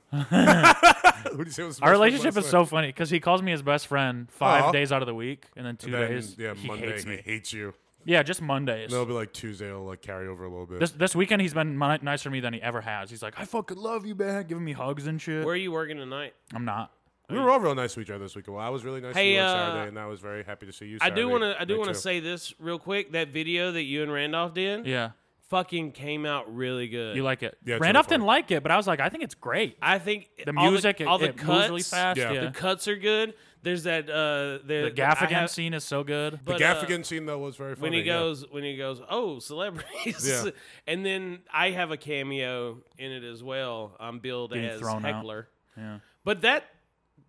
S3: Who do you say was
S5: Our relationship is so funny because he calls me his best friend five
S3: Aw.
S5: days out of the week, and then two
S3: Then,
S5: days
S3: yeah,
S5: he
S3: Monday
S5: hates
S3: he
S5: me.
S3: hates you.
S5: Yeah, just Mondays.
S3: No, it'll be like Tuesday. It'll like carry over a little bit.
S5: This this weekend he's been mi- nicer to me than he ever has. He's like, I fucking love you, man, giving me hugs and shit.
S1: Where are you working tonight?
S5: I'm not.
S3: We were all real nice to each other this week. Well, I was really nice
S1: Hey,
S3: to you on
S1: uh,
S3: Saturday, and I was very happy to see you.
S1: I do
S3: Saturday.
S1: want to. I do
S3: Me
S1: want to
S3: too.
S1: say this real quick. That video that you and Randolph did,
S5: Yeah.
S1: fucking came out really good.
S5: You like it?
S3: Yeah, it's really
S5: Randolph
S3: fun.
S5: didn't like it, but I was like, I think it's great.
S1: I think
S5: The
S1: all
S5: music,
S1: all the
S5: it, it
S1: cuts,
S5: moves really fast.
S3: Yeah.
S5: Yeah.
S3: The
S1: the cuts are good. There's that uh,
S5: The
S1: there, I
S5: Gaffigan
S1: have-
S5: scene is so good.
S1: but, uh,
S3: Gaffigan scene though was very funny.
S1: when he
S3: yeah.
S1: goes when he goes oh celebrities
S3: Yeah.
S1: and then i have a cameo in it as well i'm billed
S5: Getting
S1: as
S5: thrown out.
S1: heckler
S5: Yeah.
S1: but that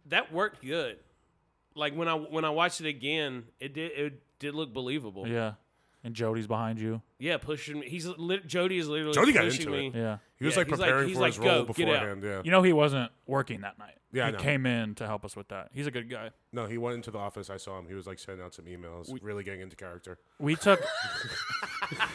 S1: that worked good like when i when i watched it again it did it did look believable
S5: yeah. And Jody's behind you.
S1: Yeah, pushing me he's li- jody is literally
S3: Jody got
S1: pushing
S3: into
S1: me
S3: it.
S5: Yeah.
S3: he was
S1: yeah,
S3: like
S1: he's like-
S3: preparing
S1: he's
S3: for
S1: like,
S3: his role
S1: "Go, get out."
S3: beforehand. Yeah,
S5: You know he wasn't working that night.
S3: Yeah, I
S5: He
S3: know.
S5: came in to help us with that. He's a good guy.
S3: no, he went into the office. I saw him. He was like sending out some emails, really getting into character.
S5: We took.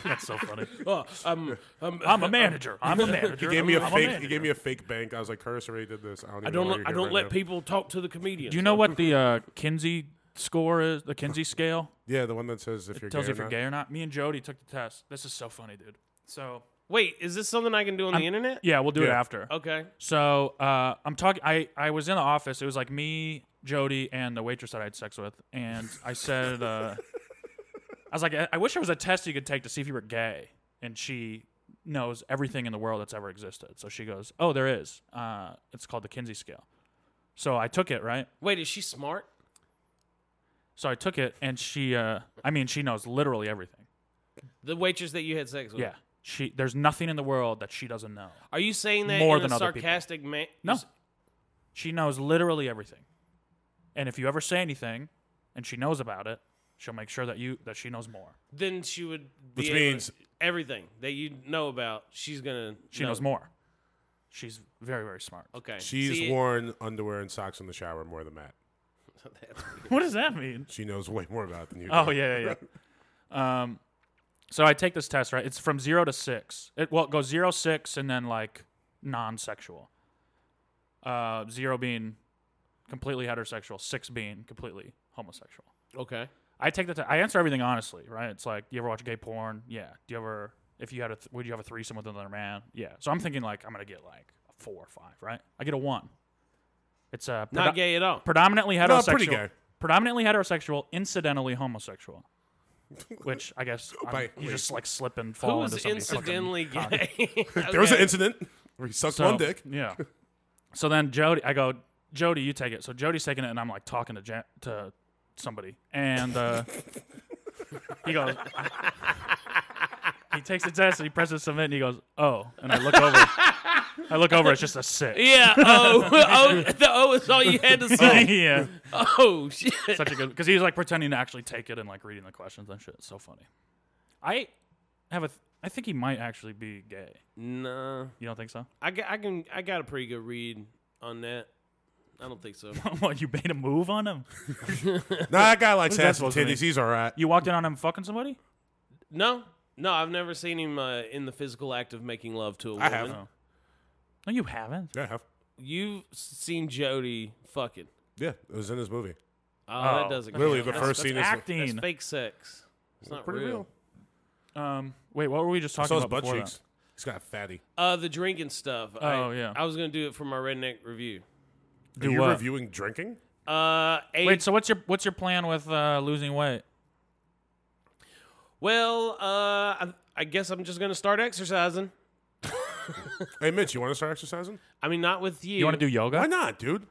S5: That's so funny.
S1: oh, um, um,
S5: I'm a manager. I'm a manager.
S3: He gave me a
S5: I'm
S3: fake.
S5: manager.
S3: he gave me a fake bank. I was like, Curtis already did this. I don't. Even
S1: i don't let,
S3: know why
S1: i
S3: you're here
S1: don't
S3: right
S1: let
S3: now."
S1: people talk to the comedians
S5: Do you know what the uh, Kinsey score is? The Kinsey scale
S3: Yeah, the one that says if you're
S5: tells you
S3: gay or
S5: if you're
S3: not.
S5: gay or not. Me and Jody took the test. This is so funny, dude. So
S1: wait is this something i can do on the internet
S5: yeah, we'll do it
S3: Yeah.
S5: after.
S1: okay
S5: So uh, I'm talking. I I was in the office. It was like me, Jody, and the waitress that I had sex with. And I said, uh, I was like, I, I wish there was a test you could take to see if you were gay. And she knows everything in the world that's ever existed. So she goes, Oh, there is. Uh, it's called the Kinsey scale. So I took it right.
S1: wait is she smart
S5: So I took it, and she. Uh, I mean, she knows literally everything.
S1: the waitress that you had sex with
S5: Yeah. She. There's nothing in the world that she doesn't know.
S1: are you saying that
S5: More
S1: in
S5: than
S1: a
S5: other people.
S1: sarcastic man
S5: No. She knows literally everything. And if you ever say anything and she knows about it, she'll make sure that you that she knows more.
S1: then she would. Be
S3: Which
S1: able to-
S3: means-
S1: everything that you know about, she's gonna.
S5: She knows more. She's very very smart.
S1: Okay,
S3: She's
S1: See,
S3: worn underwear and socks in the shower more than Matt.
S5: What does that mean?
S3: She knows way more about it than you.
S5: Oh
S3: do.
S5: yeah, yeah, yeah. um so I take this test, right? It's from 0 to 6. It well, it goes 0 6 and then like non-sexual. Uh 0 being completely heterosexual, 6 being completely homosexual.
S1: Okay,
S5: I take the t- I answer everything honestly, right? It's like, do you ever watch gay porn? Yeah. Do you ever if you had a th- would you have a threesome with another man? Yeah. So I'm thinking like I'm gonna get like a four or five, right? I get a one. It's a predo-
S1: not gay at all.
S5: predominantly heterosexual,
S3: pretty gay.
S5: predominantly heterosexual, incidentally homosexual. Which I guess I'm-
S3: By-
S5: you just like slip and
S1: Who
S5: fall
S1: was
S5: oh, into somebody's fucking-
S1: Oh, incidentally gay?
S3: There was an incident where he sucked
S5: so,
S3: one dick.
S5: Yeah. So then Jody, I go, Jody, you take it. So Jody's taking it, and I'm like talking to ja- to somebody, and uh, he goes, he takes the test and he presses submit, and he goes, oh, and I look over, I look over, it's just a six.
S1: yeah. Oh, oh, the O is all you had to say.
S5: yeah.
S1: Oh shit.
S5: Such a good because he was like pretending to actually take it and like reading the questions and shit. It's so funny. I have a, th- I think he might actually be gay.
S1: Nah,
S5: You don't think so?
S1: I, got, I can. I got a pretty good read on that. I don't think so.
S5: what you made a move on him?
S3: Nah, that guy likes
S5: that
S3: ass and
S5: supposed to mean?
S3: titties. He's all right.
S5: You walked in on him fucking somebody?
S1: No, no, I've never seen him uh, in the physical act of making love to a woman.
S3: I have.
S5: No, you haven't.
S3: Yeah, I have.
S1: You've seen Jody fucking.
S3: Yeah, it was in his movie.
S1: Oh, that doesn't.
S3: Literally,
S1: count.
S3: the
S1: That's-
S3: first scene is the-
S1: That's fake sex. It's not
S3: Pretty real.
S1: real.
S5: Um, wait, what were we just
S3: I
S5: talking
S3: saw his
S5: about
S3: butt
S5: before
S3: cheeks. He's got a fatty.
S1: Uh, the drinking stuff.
S5: Oh,
S1: I,
S5: yeah.
S1: I was gonna do it for my redneck review.
S5: that?
S3: Are
S5: Do
S3: you
S5: what?
S3: reviewing drinking?
S1: Uh, age,
S5: Wait, so what's your what's your plan with uh, losing weight?
S1: well, uh, I, I guess I'm just gonna start exercising.
S3: Hey, Mitch, you want to start exercising?
S1: I mean, not with you.
S5: You want to do yoga,
S3: Why not, dude?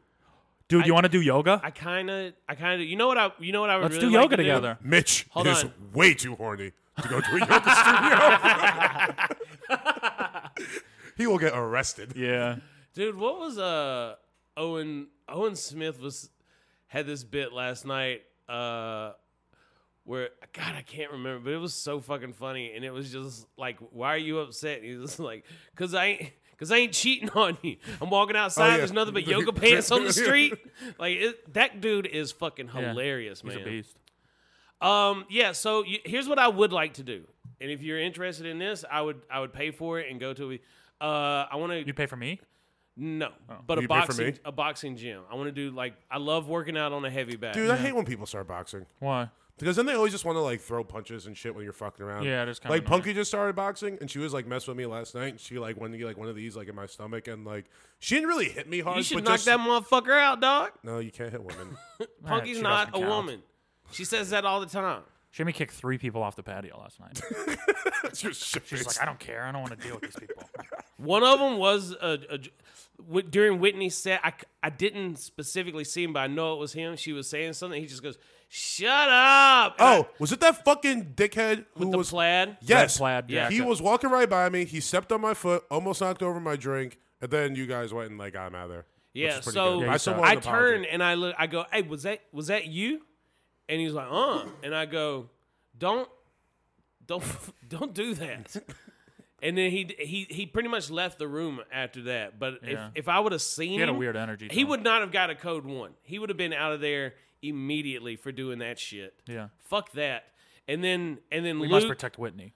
S5: dude? You want to do yoga?
S1: I kind of, I kind of. You know what I? You know what I would.
S5: Let's
S1: really
S5: do
S1: like
S5: yoga
S1: to
S5: together.
S3: Mitch
S1: Hold
S3: is
S1: on.
S3: way too horny to go to a yoga studio. he will get arrested.
S5: Yeah,
S1: Dude, what was uh Owen Owen Smith was had this bit last night uh where God I can't remember, but it was so fucking funny, and it was just like, why are you upset? And he's just like, cause I ain't. Cause I ain't cheating on you. I'm walking outside.
S3: yeah.
S1: There's nothing but yoga pants on the street. Like it, that dude is fucking hilarious,
S5: he's
S1: man.
S5: a beast.
S1: Um, yeah. So you, here's what I would like to do, and if you're interested in this, I would I would pay for it and go to a. Uh, I want to
S5: You pay for me?
S1: no, but a
S3: Oh. You pay for
S1: boxing
S3: me?
S1: a boxing gym. I want to do like I love working out on a heavy bag.
S3: Dude, I hate when people start boxing.
S5: Why?
S3: Because then they always just want to like throw punches and shit when you're fucking around.
S5: Yeah, just kinda
S3: like
S5: annoying.
S3: Punky just started boxing and she was like messing with me last night. And she like went to get like one of these like in my stomach and like she didn't really hit me hard.
S1: You should
S3: but
S1: knock
S3: just,
S1: that motherfucker out, dog.
S3: No, you can't hit women.
S1: Punky's
S5: she
S1: not a
S5: doesn't count.
S1: woman. She says that all the time.
S5: Shimmy kicked three people off the patio last night.
S3: That's your shit.
S5: She's like, I don't care. I don't want to deal with these people.
S1: One of them was a, a, wi- during Whitney's set. I, c- I didn't specifically see him, but I know it was him. She was saying something. He just goes, "Shut up!" And I-
S3: Oh, was it that fucking dickhead who
S1: with the
S3: was
S1: plaid.
S3: Yes,
S5: plaid Yeah.
S3: He
S5: jacket.
S3: was walking right by me. He stepped on my foot, almost knocked over my drink, and then you guys went and like got him out of there. which
S1: Yeah,
S3: is pretty
S1: so
S3: good.
S5: Yeah,
S3: I
S5: you
S3: still
S5: suck.
S3: want
S1: I
S3: an apology.
S1: turn and I look. I go, "Hey, was that was that you?" And he's like, "Uh," and I go, "Don't, don't, don't do that." And then he he he pretty much left the room after that. But
S5: Yeah.
S1: if if I would have seen
S5: He had a
S1: him,
S5: weird energy to
S1: He
S5: him.
S1: would not have got a code one. He would have been out of there immediately for doing that shit.
S5: Yeah.
S1: Fuck that. And then and then
S5: We
S1: Luke.
S5: must protect Whitney.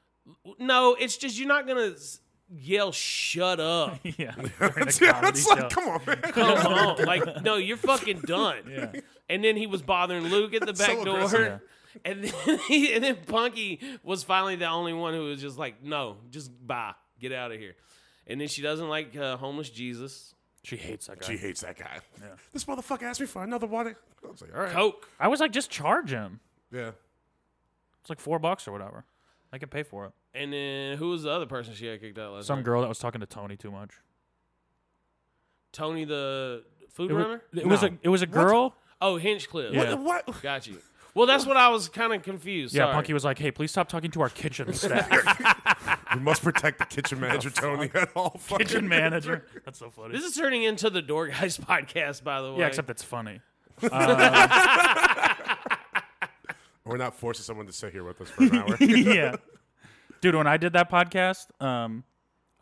S1: no, it's just you're not gonna s- yell "shut up."
S5: Yeah.
S3: yeah, it's like, come on, man.
S1: Come on, like no, you're fucking done. And then he was bothering Luke at the back
S3: so
S1: door.
S3: aggressive.
S1: And then, he, and then Punky was finally the only one who was just like, no, just bye, get out of here. And then she doesn't like uh, homeless Jesus.
S5: She hates that guy.
S3: She hates that guy. This motherfucker asked me for another water. I was like, all right.
S1: Coke.
S5: I was like, just charge him.
S3: Yeah.
S5: It's like four bucks or whatever. I can pay for it.
S1: And then who was the other person she had kicked out last
S5: Some
S1: night?
S5: girl that was talking to Tony too much.
S1: Tony the food
S5: It was,
S1: runner?
S5: it was
S3: No.
S5: a it was a girl.
S1: Oh, Hinchcliffe.
S5: Yeah.
S3: What? what?
S1: Got you. Well, that's what I was kind of confused.
S5: Yeah,
S1: Sorry.
S5: Punky was like, "Hey, please stop talking to our kitchen staff,
S3: We must protect the kitchen manager, Tony, at all fucking.
S5: kitchen manager." That's so funny.
S1: This is turning into the Door Guys podcast, by the way.
S5: yeah, except that's funny.
S3: We're not forcing someone to sit here with us for an hour.
S5: yeah. Dude, when I did that podcast, um,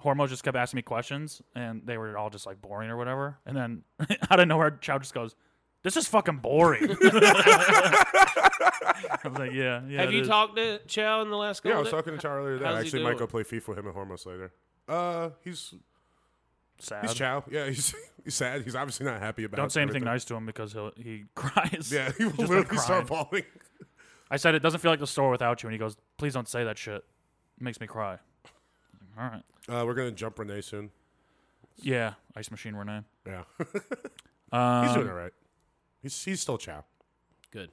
S5: Hormo just kept asking me questions and they were all just like boring or whatever. And then out of nowhere, Chow just goes, This is fucking boring. I was like, Yeah, yeah.
S1: Have
S5: it
S1: you
S5: is."
S1: talked to Chow in the last couple
S3: yeah, I was
S1: of-
S3: talking to Char earlier. Today.
S1: How's he
S3: Actually, might go
S1: doing?
S3: play FIFA with him and Hormos later. Uh, he's
S5: sad?
S3: he's Chow. Yeah, he's he's sad. He's obviously not happy about.
S5: Don't say anything
S3: everything.
S5: nice to him because he'll he cries.
S3: Yeah, he will
S5: He's just been
S3: literally start
S5: crying.
S3: falling.
S5: I said it doesn't feel like the store without you, and he goes, Please don't say that shit. It makes me cry. I'm like, all right.
S3: Uh, we're gonna jump Renee soon.
S5: Yeah, ice machine Renee.
S3: Yeah,
S5: Um,
S3: he's doing all right. He's he's still Chow.
S1: Good.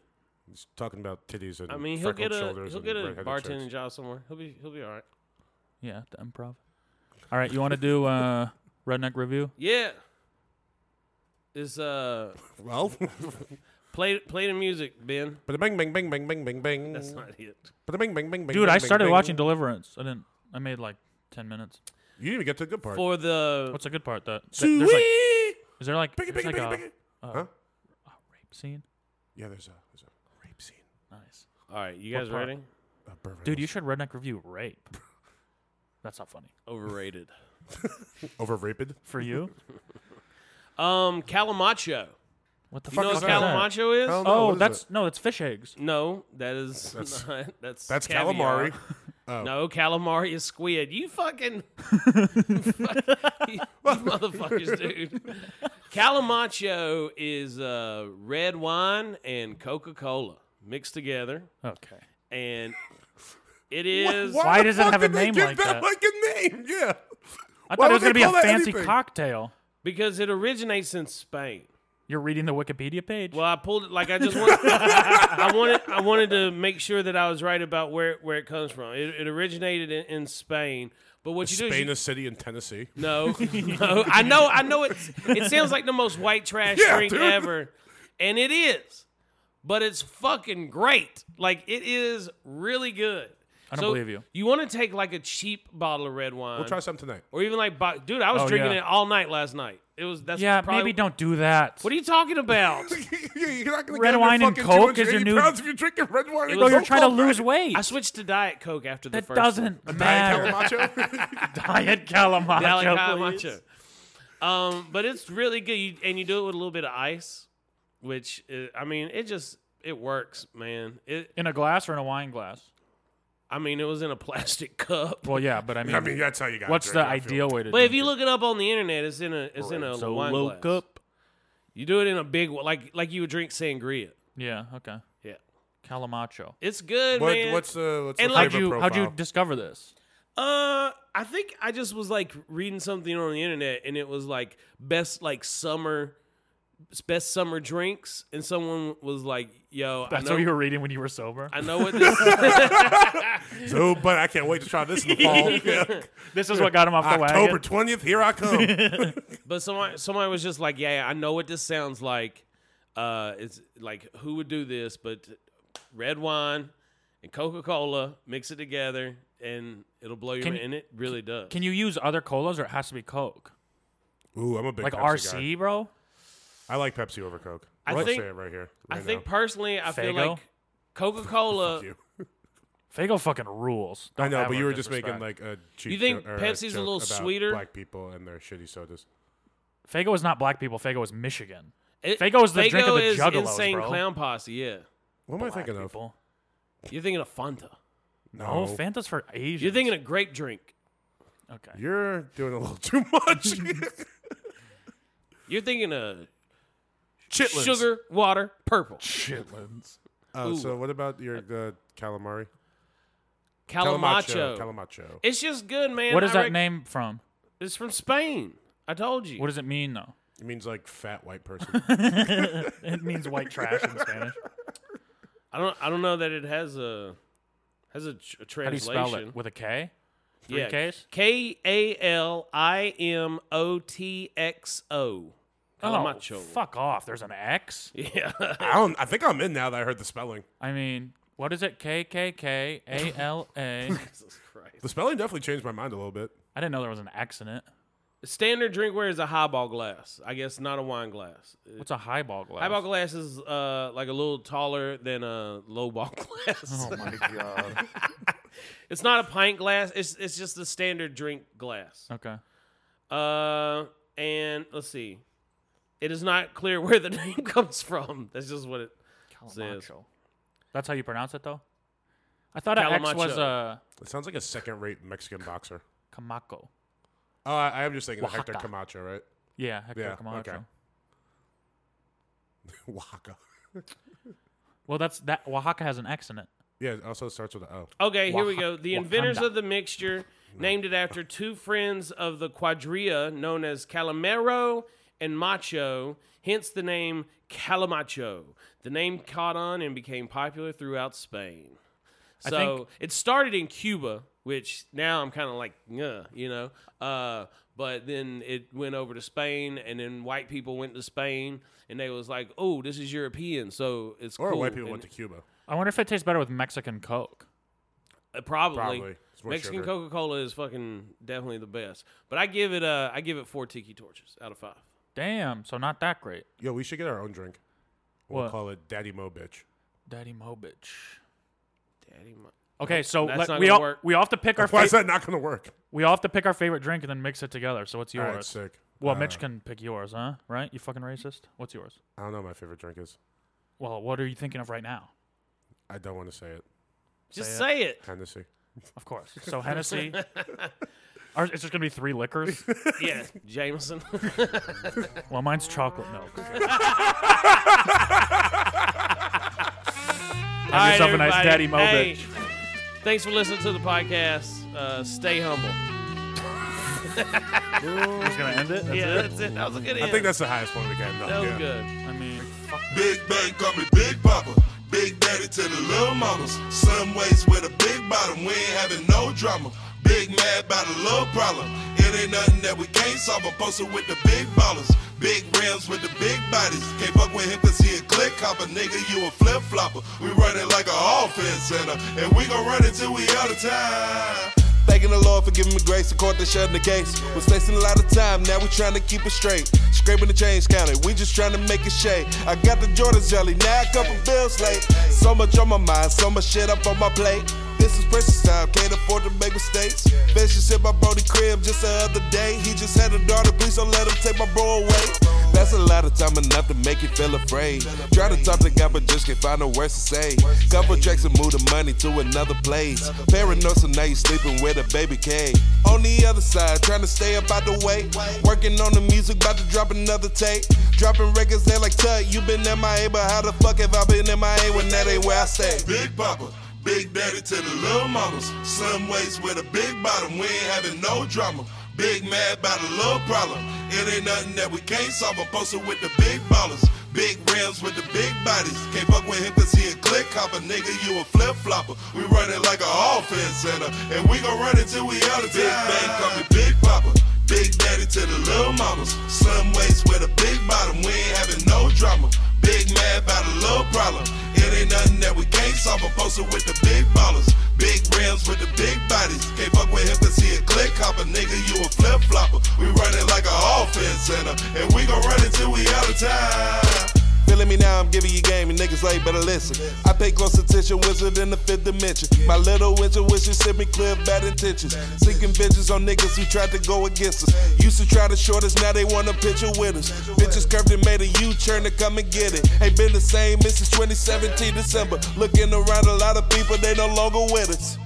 S3: He's talking about titties and
S1: I mean, he'll
S3: freckled
S1: get a
S3: shoulders
S1: he'll
S3: and
S1: get a
S3: redheaded
S1: bartending
S3: chicks.
S1: job somewhere. He'll be he'll be all right.
S5: Yeah, the improv. All right, you want to do uh, redneck review?
S1: Yeah. Is uh
S3: Well,
S1: play play the music, Ben.
S3: but a bang bang bang bang bang bang bang.
S1: That's not it.
S3: But a bang bang bang bang.
S5: Dude,
S3: bang,
S5: I
S3: bang,
S5: started
S3: bang.
S5: watching Deliverance. I didn't. I made like ten minutes.
S3: You didn't even get to the good part.
S1: For the
S5: What's a good part? That th-
S3: Sweet.
S5: there's like, is there like,
S3: Biggie,
S5: there's
S3: biggie,
S5: like
S3: biggie,
S5: a,
S3: biggie.
S5: a
S3: Huh?
S5: rape scene?
S3: Yeah, there's a there's a rape scene.
S5: Nice,
S1: all right, you guys
S5: What part?
S1: ready?
S3: Uh, Burt
S5: dude. You
S3: Reynolds.
S5: should redneck review rape. That's not funny
S1: Overrated.
S3: over raped.
S5: for you.
S1: um, Calamacho.
S5: What the
S1: You
S5: fuck
S1: know
S5: is
S1: what
S5: that?
S1: Calamacho is?
S3: Hell no,
S5: Oh,
S3: what is
S5: that's
S3: it?
S5: no, that's fish eggs.
S1: No, that is
S3: That's-
S1: not, that's
S3: that's
S1: caviar.
S3: calamari.
S1: No, calamari is squid. You fucking, you, motherfuckers, dude. Calamacho is uh, red wine and Coca Cola mixed together,
S5: Okay.
S1: and it is.
S3: Why,
S5: Why
S3: the
S5: does it
S3: fuck
S5: have a
S3: did they
S5: name
S3: give
S5: like
S3: that?
S5: that?
S3: Like a name, yeah.
S5: I
S3: Why
S5: thought it was gonna
S3: would they
S5: be a
S3: call that
S5: fancy
S3: anything?
S5: cocktail.
S1: Because it originates in Spain.
S5: You're reading the Wikipedia page.
S1: Well, I pulled it like I just wanted, I wanted I wanted to make sure that I was right about where where it comes from. It, it originated in, in Spain, but what you do is
S3: Spain,
S1: you-
S3: a city in Tennessee.
S1: no, no, I know, I know it. It sounds like the most white trash
S3: Yeah,
S1: drink
S3: dude.
S1: ever, and it is, but it's fucking great. Like it is really good. I
S5: don't believe you.
S1: You want to take like a cheap bottle of red wine,
S3: We'll try some tonight.
S1: or even like, bo- dude, I was
S5: Oh,
S1: drinking
S5: yeah.
S1: it all night last night. It was that's
S5: yeah,
S1: probably-
S5: maybe don't do that.
S1: What are you talking about?
S3: Yeah, you're not gonna
S5: Red
S3: get under
S5: wine and
S3: fucking
S5: Coke is
S3: 280
S5: your new-
S3: pounds if you're drinking red wine. and
S5: Bro, you're
S3: Coke
S5: trying to
S3: all night.
S5: lose weight.
S1: I switched to Diet Coke after the
S5: that
S1: first one.
S5: doesn't
S3: Diet
S5: matter.
S3: Calamacho?
S5: Diet Calamacho.
S1: Diet
S5: please.
S1: Calamacho. Um, but it's really good, you, and you do it with a little bit of ice, which uh I mean, it just it works, man. It,
S5: In a glass or in a wine glass?
S1: I mean, it was in a plastic cup.
S5: Well, yeah, but I mean,
S3: I mean, that's how you got.
S5: what's the ideal way to?
S1: But if
S5: drink
S1: you look it up on the internet, it's in a it's in a
S5: it? so
S1: wine
S5: low
S1: glass.
S5: cup.
S1: You do it in a big one, like like you would drink sangria.
S5: Yeah. Okay.
S1: Yeah,
S5: Calamacho.
S1: It's good,
S3: What,
S1: man.
S3: what's the what's
S1: And
S3: the
S1: like
S5: How'd
S3: flavor
S5: you
S3: profile?
S5: how'd you discover this?
S1: Uh, I think I just was like reading something on the internet, and it was like best like summer, best summer drinks, and someone was like, "Yo, I know,
S5: were reading when you were sober.
S1: I know what this."
S3: so, but I can't wait to try this in the fall. Yeah.
S5: this is what got him off the
S3: October
S5: wagon.
S3: twentieth, here I come.
S1: but someone, someone was just like, "Yeah, I know what this sounds like." Uh, it's like who would do this? But red wine and Coca Cola, mix it together, and it'll blow your
S5: Can
S1: mind.
S5: you-
S1: And it really does.
S5: Can you use other colas or it has to be Coke?
S3: Ooh, I'm a big
S5: Like
S3: Pepsi
S5: RC, bro?
S3: Guy. I like Pepsi over Coke.
S1: I
S3: I'll
S1: think-
S3: say it right here.
S1: I
S3: right
S1: think
S3: now.
S1: personally, I feel
S5: Faygo?
S1: like Coca Cola.
S3: Fuck you.
S5: Fago fucking rules.
S3: I
S5: uh, Don't
S3: know, but
S5: ever
S3: you were just making
S5: disrespect.
S3: like a cheap.
S1: You think
S3: joke, or
S1: Pepsi's a
S3: joke
S1: little
S3: about
S1: sweeter?
S3: Black people and their shitty sodas.
S5: Fago is not black people. Fago is Michigan.
S1: It-
S5: Faygo is the drink of
S1: Faygo
S5: the
S1: is
S5: Juggalos,
S1: insane
S5: bro.
S1: clown posse. Yeah,
S3: What am I
S5: Black
S3: thinking
S5: people.
S1: you're thinking of Fanta.
S3: of?
S5: Oh,
S3: No,
S5: Fanta's for Asians.
S1: You're thinking of grape drink.
S5: okay?
S3: you're doing a little too much.
S1: You're thinking of
S3: Chitlins.
S1: sugar, water, purple,
S3: Chitlins. Oh, so what about your the calamari?
S1: calamacho.
S3: Calamacho.
S1: It's just good, man.
S5: What is
S1: I
S5: that
S1: rec-
S5: name from?
S1: It's from Spain. I told you.
S5: What does it mean though?
S3: It means like fat white person.
S5: It means white trash in Spanish.
S1: I don't. I don't know that it has a has a, tr- a
S5: How do you
S1: translation.
S5: spell it? With a K? Three Ks?
S1: K A L I M O T X O. Calamacho.
S5: Oh, fuck off. There's an X. I
S1: Yeah.
S3: I don't. I think I'm in now that I heard the spelling.
S5: mean, what is it? K K K A L A.
S1: Jesus Christ.
S3: The spelling definitely changed my mind a little bit.
S5: I didn't know there was an X in it.
S1: Uh, Standard drinkware is a highball glass. I guess not a wine glass.
S5: What's a highball glass?
S1: Highball glass is uh, like a little taller than a low ball glass.
S5: Oh my god.
S1: it's not a pint glass. It's it's just the standard drink glass.
S5: okay.
S1: Uh, and let's see. It is not clear where the name comes from. That's just what it. Says.
S5: Calamacho. That's how you pronounce it though. I thought an X was uh,
S1: Calamacho.
S5: a
S3: It sounds like a second-rate Mexican boxer.
S5: Kamako.
S3: Oh, I, I am just thinking of Hector
S5: Oaxaca.
S3: Camacho, right?
S5: Yeah, Hector
S3: Yeah,
S5: Camacho.
S3: okay. Oaxaca.
S5: Well, that's that. Oaxaca has an X in it.
S3: Yeah, it also starts with an O.
S1: Okay, here we go.
S5: Oaxaca-
S1: The inventors
S5: Wakanda.
S1: of the mixture named it after two friends of the quadrilla known as Calamero and Macho, hence the name Calamacho. The name caught on and became popular throughout Spain. So
S5: think-
S1: it started in Cuba, which now I'm kind of like, yeah, you know. Uh, but then it went over to Spain, and then white people went to Spain, and they was like, "Oh, this is European, so it's
S3: Or
S1: cool."
S3: white people
S1: And-
S3: went to Cuba.
S5: I wonder if it tastes better with Mexican Coke.
S1: uh, probably.
S3: Probably. It's more
S1: Mexican
S3: sugar.
S1: Coca Cola is fucking definitely the best. But I give it uh I give it four tiki torches out of five.
S5: Damn, so not that great.
S3: Yo, we should get our own drink. We'll
S5: What?
S3: call it Daddy Mo Bitch.
S5: Daddy Mo bitch.
S1: Daddy, my-
S5: Okay, so
S1: That's
S5: let-
S1: not
S5: we
S1: gonna
S5: all
S1: work.
S5: we all have to pick our
S3: Why is
S5: fa-
S3: that not going to work?
S5: we all have to pick our favorite drink and then mix it together. So what's
S3: All
S5: yours?
S3: right, sick.
S5: Well,
S3: Uh,
S5: Mitch can pick yours, huh? Right? You fucking racist. What's yours?
S3: I don't know what my favorite drink is.
S5: Well, what are you thinking of right now?
S3: I don't want to say it.
S1: just
S5: Say
S1: say it.
S3: Hennessy.
S5: Of course. So Hennessy. Are, it's just gonna be three liquors.
S1: yeah, Jameson.
S5: Well, mine's chocolate milk. Have yourself a nice daddy mo
S1: Hey,
S5: bitch.
S1: Thanks for listening to the podcast. Uh, stay humble.
S5: Just gonna end it. That's
S1: yeah,
S5: it?
S1: that's it. That was a good.
S3: I think that's the highest one we got. No,
S1: that was
S3: yeah.
S1: good.
S5: I mean, fuck
S7: Big Bang call me Big Papa. Big Daddy to the little mamas. Some ways with a big bottom, we ain't having no drama. Big mad about a little problem. It ain't nothing that we can't solve. I'm posted with the big ballers. Big rims with the big bodies. Can't fuck with him cause he a click hopper. Nigga, you a flip flopper. We running like an offense center. And we gon' run it till we out of time. Thanking the Lord for giving me grace. The court that shut the gates. Was facing a lot of time, now we trying to keep it straight. Scraping the change counter, we just trying to make it shade. I got the Jordan jelly, now a couple bills late. So much on my mind, so much shit up on my plate. This is precious time, can't afford to make mistakes. Fashion shit by Brody Crib just the other day. He just had a daughter, please don't let him take my bro away. That's a lot of time enough to make you feel afraid. Try to talk to God, but just can't find no words to say. Couple tracks and move the money to another place. Paranoid, so now you sleeping with a baby K. On the other side, trying to stay up out the way. Working on the music, about to drop another tape. Dropping records, they like Tut, you been MIA, but how the fuck have I been MIA when that ain't where I stay? Big Papa. Big daddy to the little mamas. Slim waist with a big bottom. We ain't having no drama. Big mad about a little problem. It ain't nothing that we can't solve. I'm posted with the big ballers. Big rims with the big bodies. Can't fuck with him cause he a click hopper. Nigga, you a flip flopper. We run it like an offense center. And we gon' run it till we out of Big bang coming, big popper. Big daddy to the little mamas. Slim waist with a big bottom. We ain't having no drama. Big mad about a little problem. It ain't nothing that we can't solve. I'm posted with the big ballers. Big rims with the big bodies. Can't fuck with him cause he a click hopper. Nigga, you a flip flopper. We run it like an offense center. And we gon' run it till we out of time. Feeling me now, I'm giving you game, and niggas like better listen. I pay close attention, wizard in the fifth dimension. My little intuition sent me clear of bad intentions. Seeking bitches on niggas who tried to go against us. Used to try to short us, now they want a picture with us. Bitches curved and made a U turn to come and get it. Ain't been the same since 2017 December. Looking around, a lot of people, they no longer with us.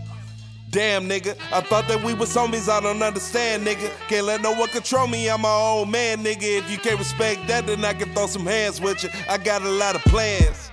S7: Damn, nigga. I thought that we was homies. I don't understand, nigga. Can't let no one control me. I'm my own man, nigga. If you can't respect that, then I can throw some hands with you. I got a lot of plans.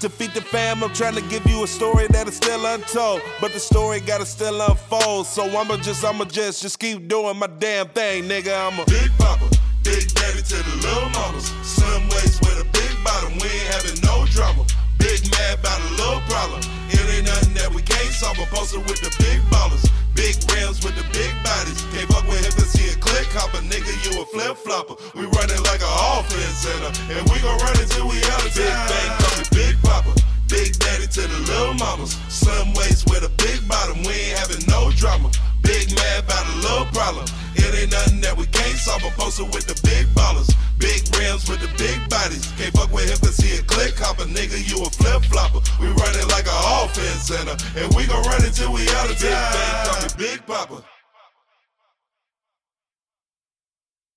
S7: To feed the fam, I'm trying to give you a story that is still untold. But the story gotta still unfold. So I'ma just, I'ma just, just keep doing my damn thing, nigga. I'm a big papa, big daddy to the little mamas. Slim waist with a big bottom, we ain't having no drama. Big mad about a little problem. It ain't nothing that we can't solve. I'm posted with the big ballers, big rims with the big bodies. Can't fuck with him cause he a click hopper, nigga. You a flip flopper. We run it like an offense center, and we gon' run it till we out of time. Big bang, call me Big Papa. Big daddy to the little mamas. Slim waist with a big bottom. We ain't having no drama. Big mad about a little problem. It ain't nothing that we can't solve. I'm posted with the big ballers. Big rims with the big bodies. Can't fuck with him cause he a click hopper. Nigga, you a flip flopper. We run it like an offense center. And we gon' run it till we out of time. Big bang, call me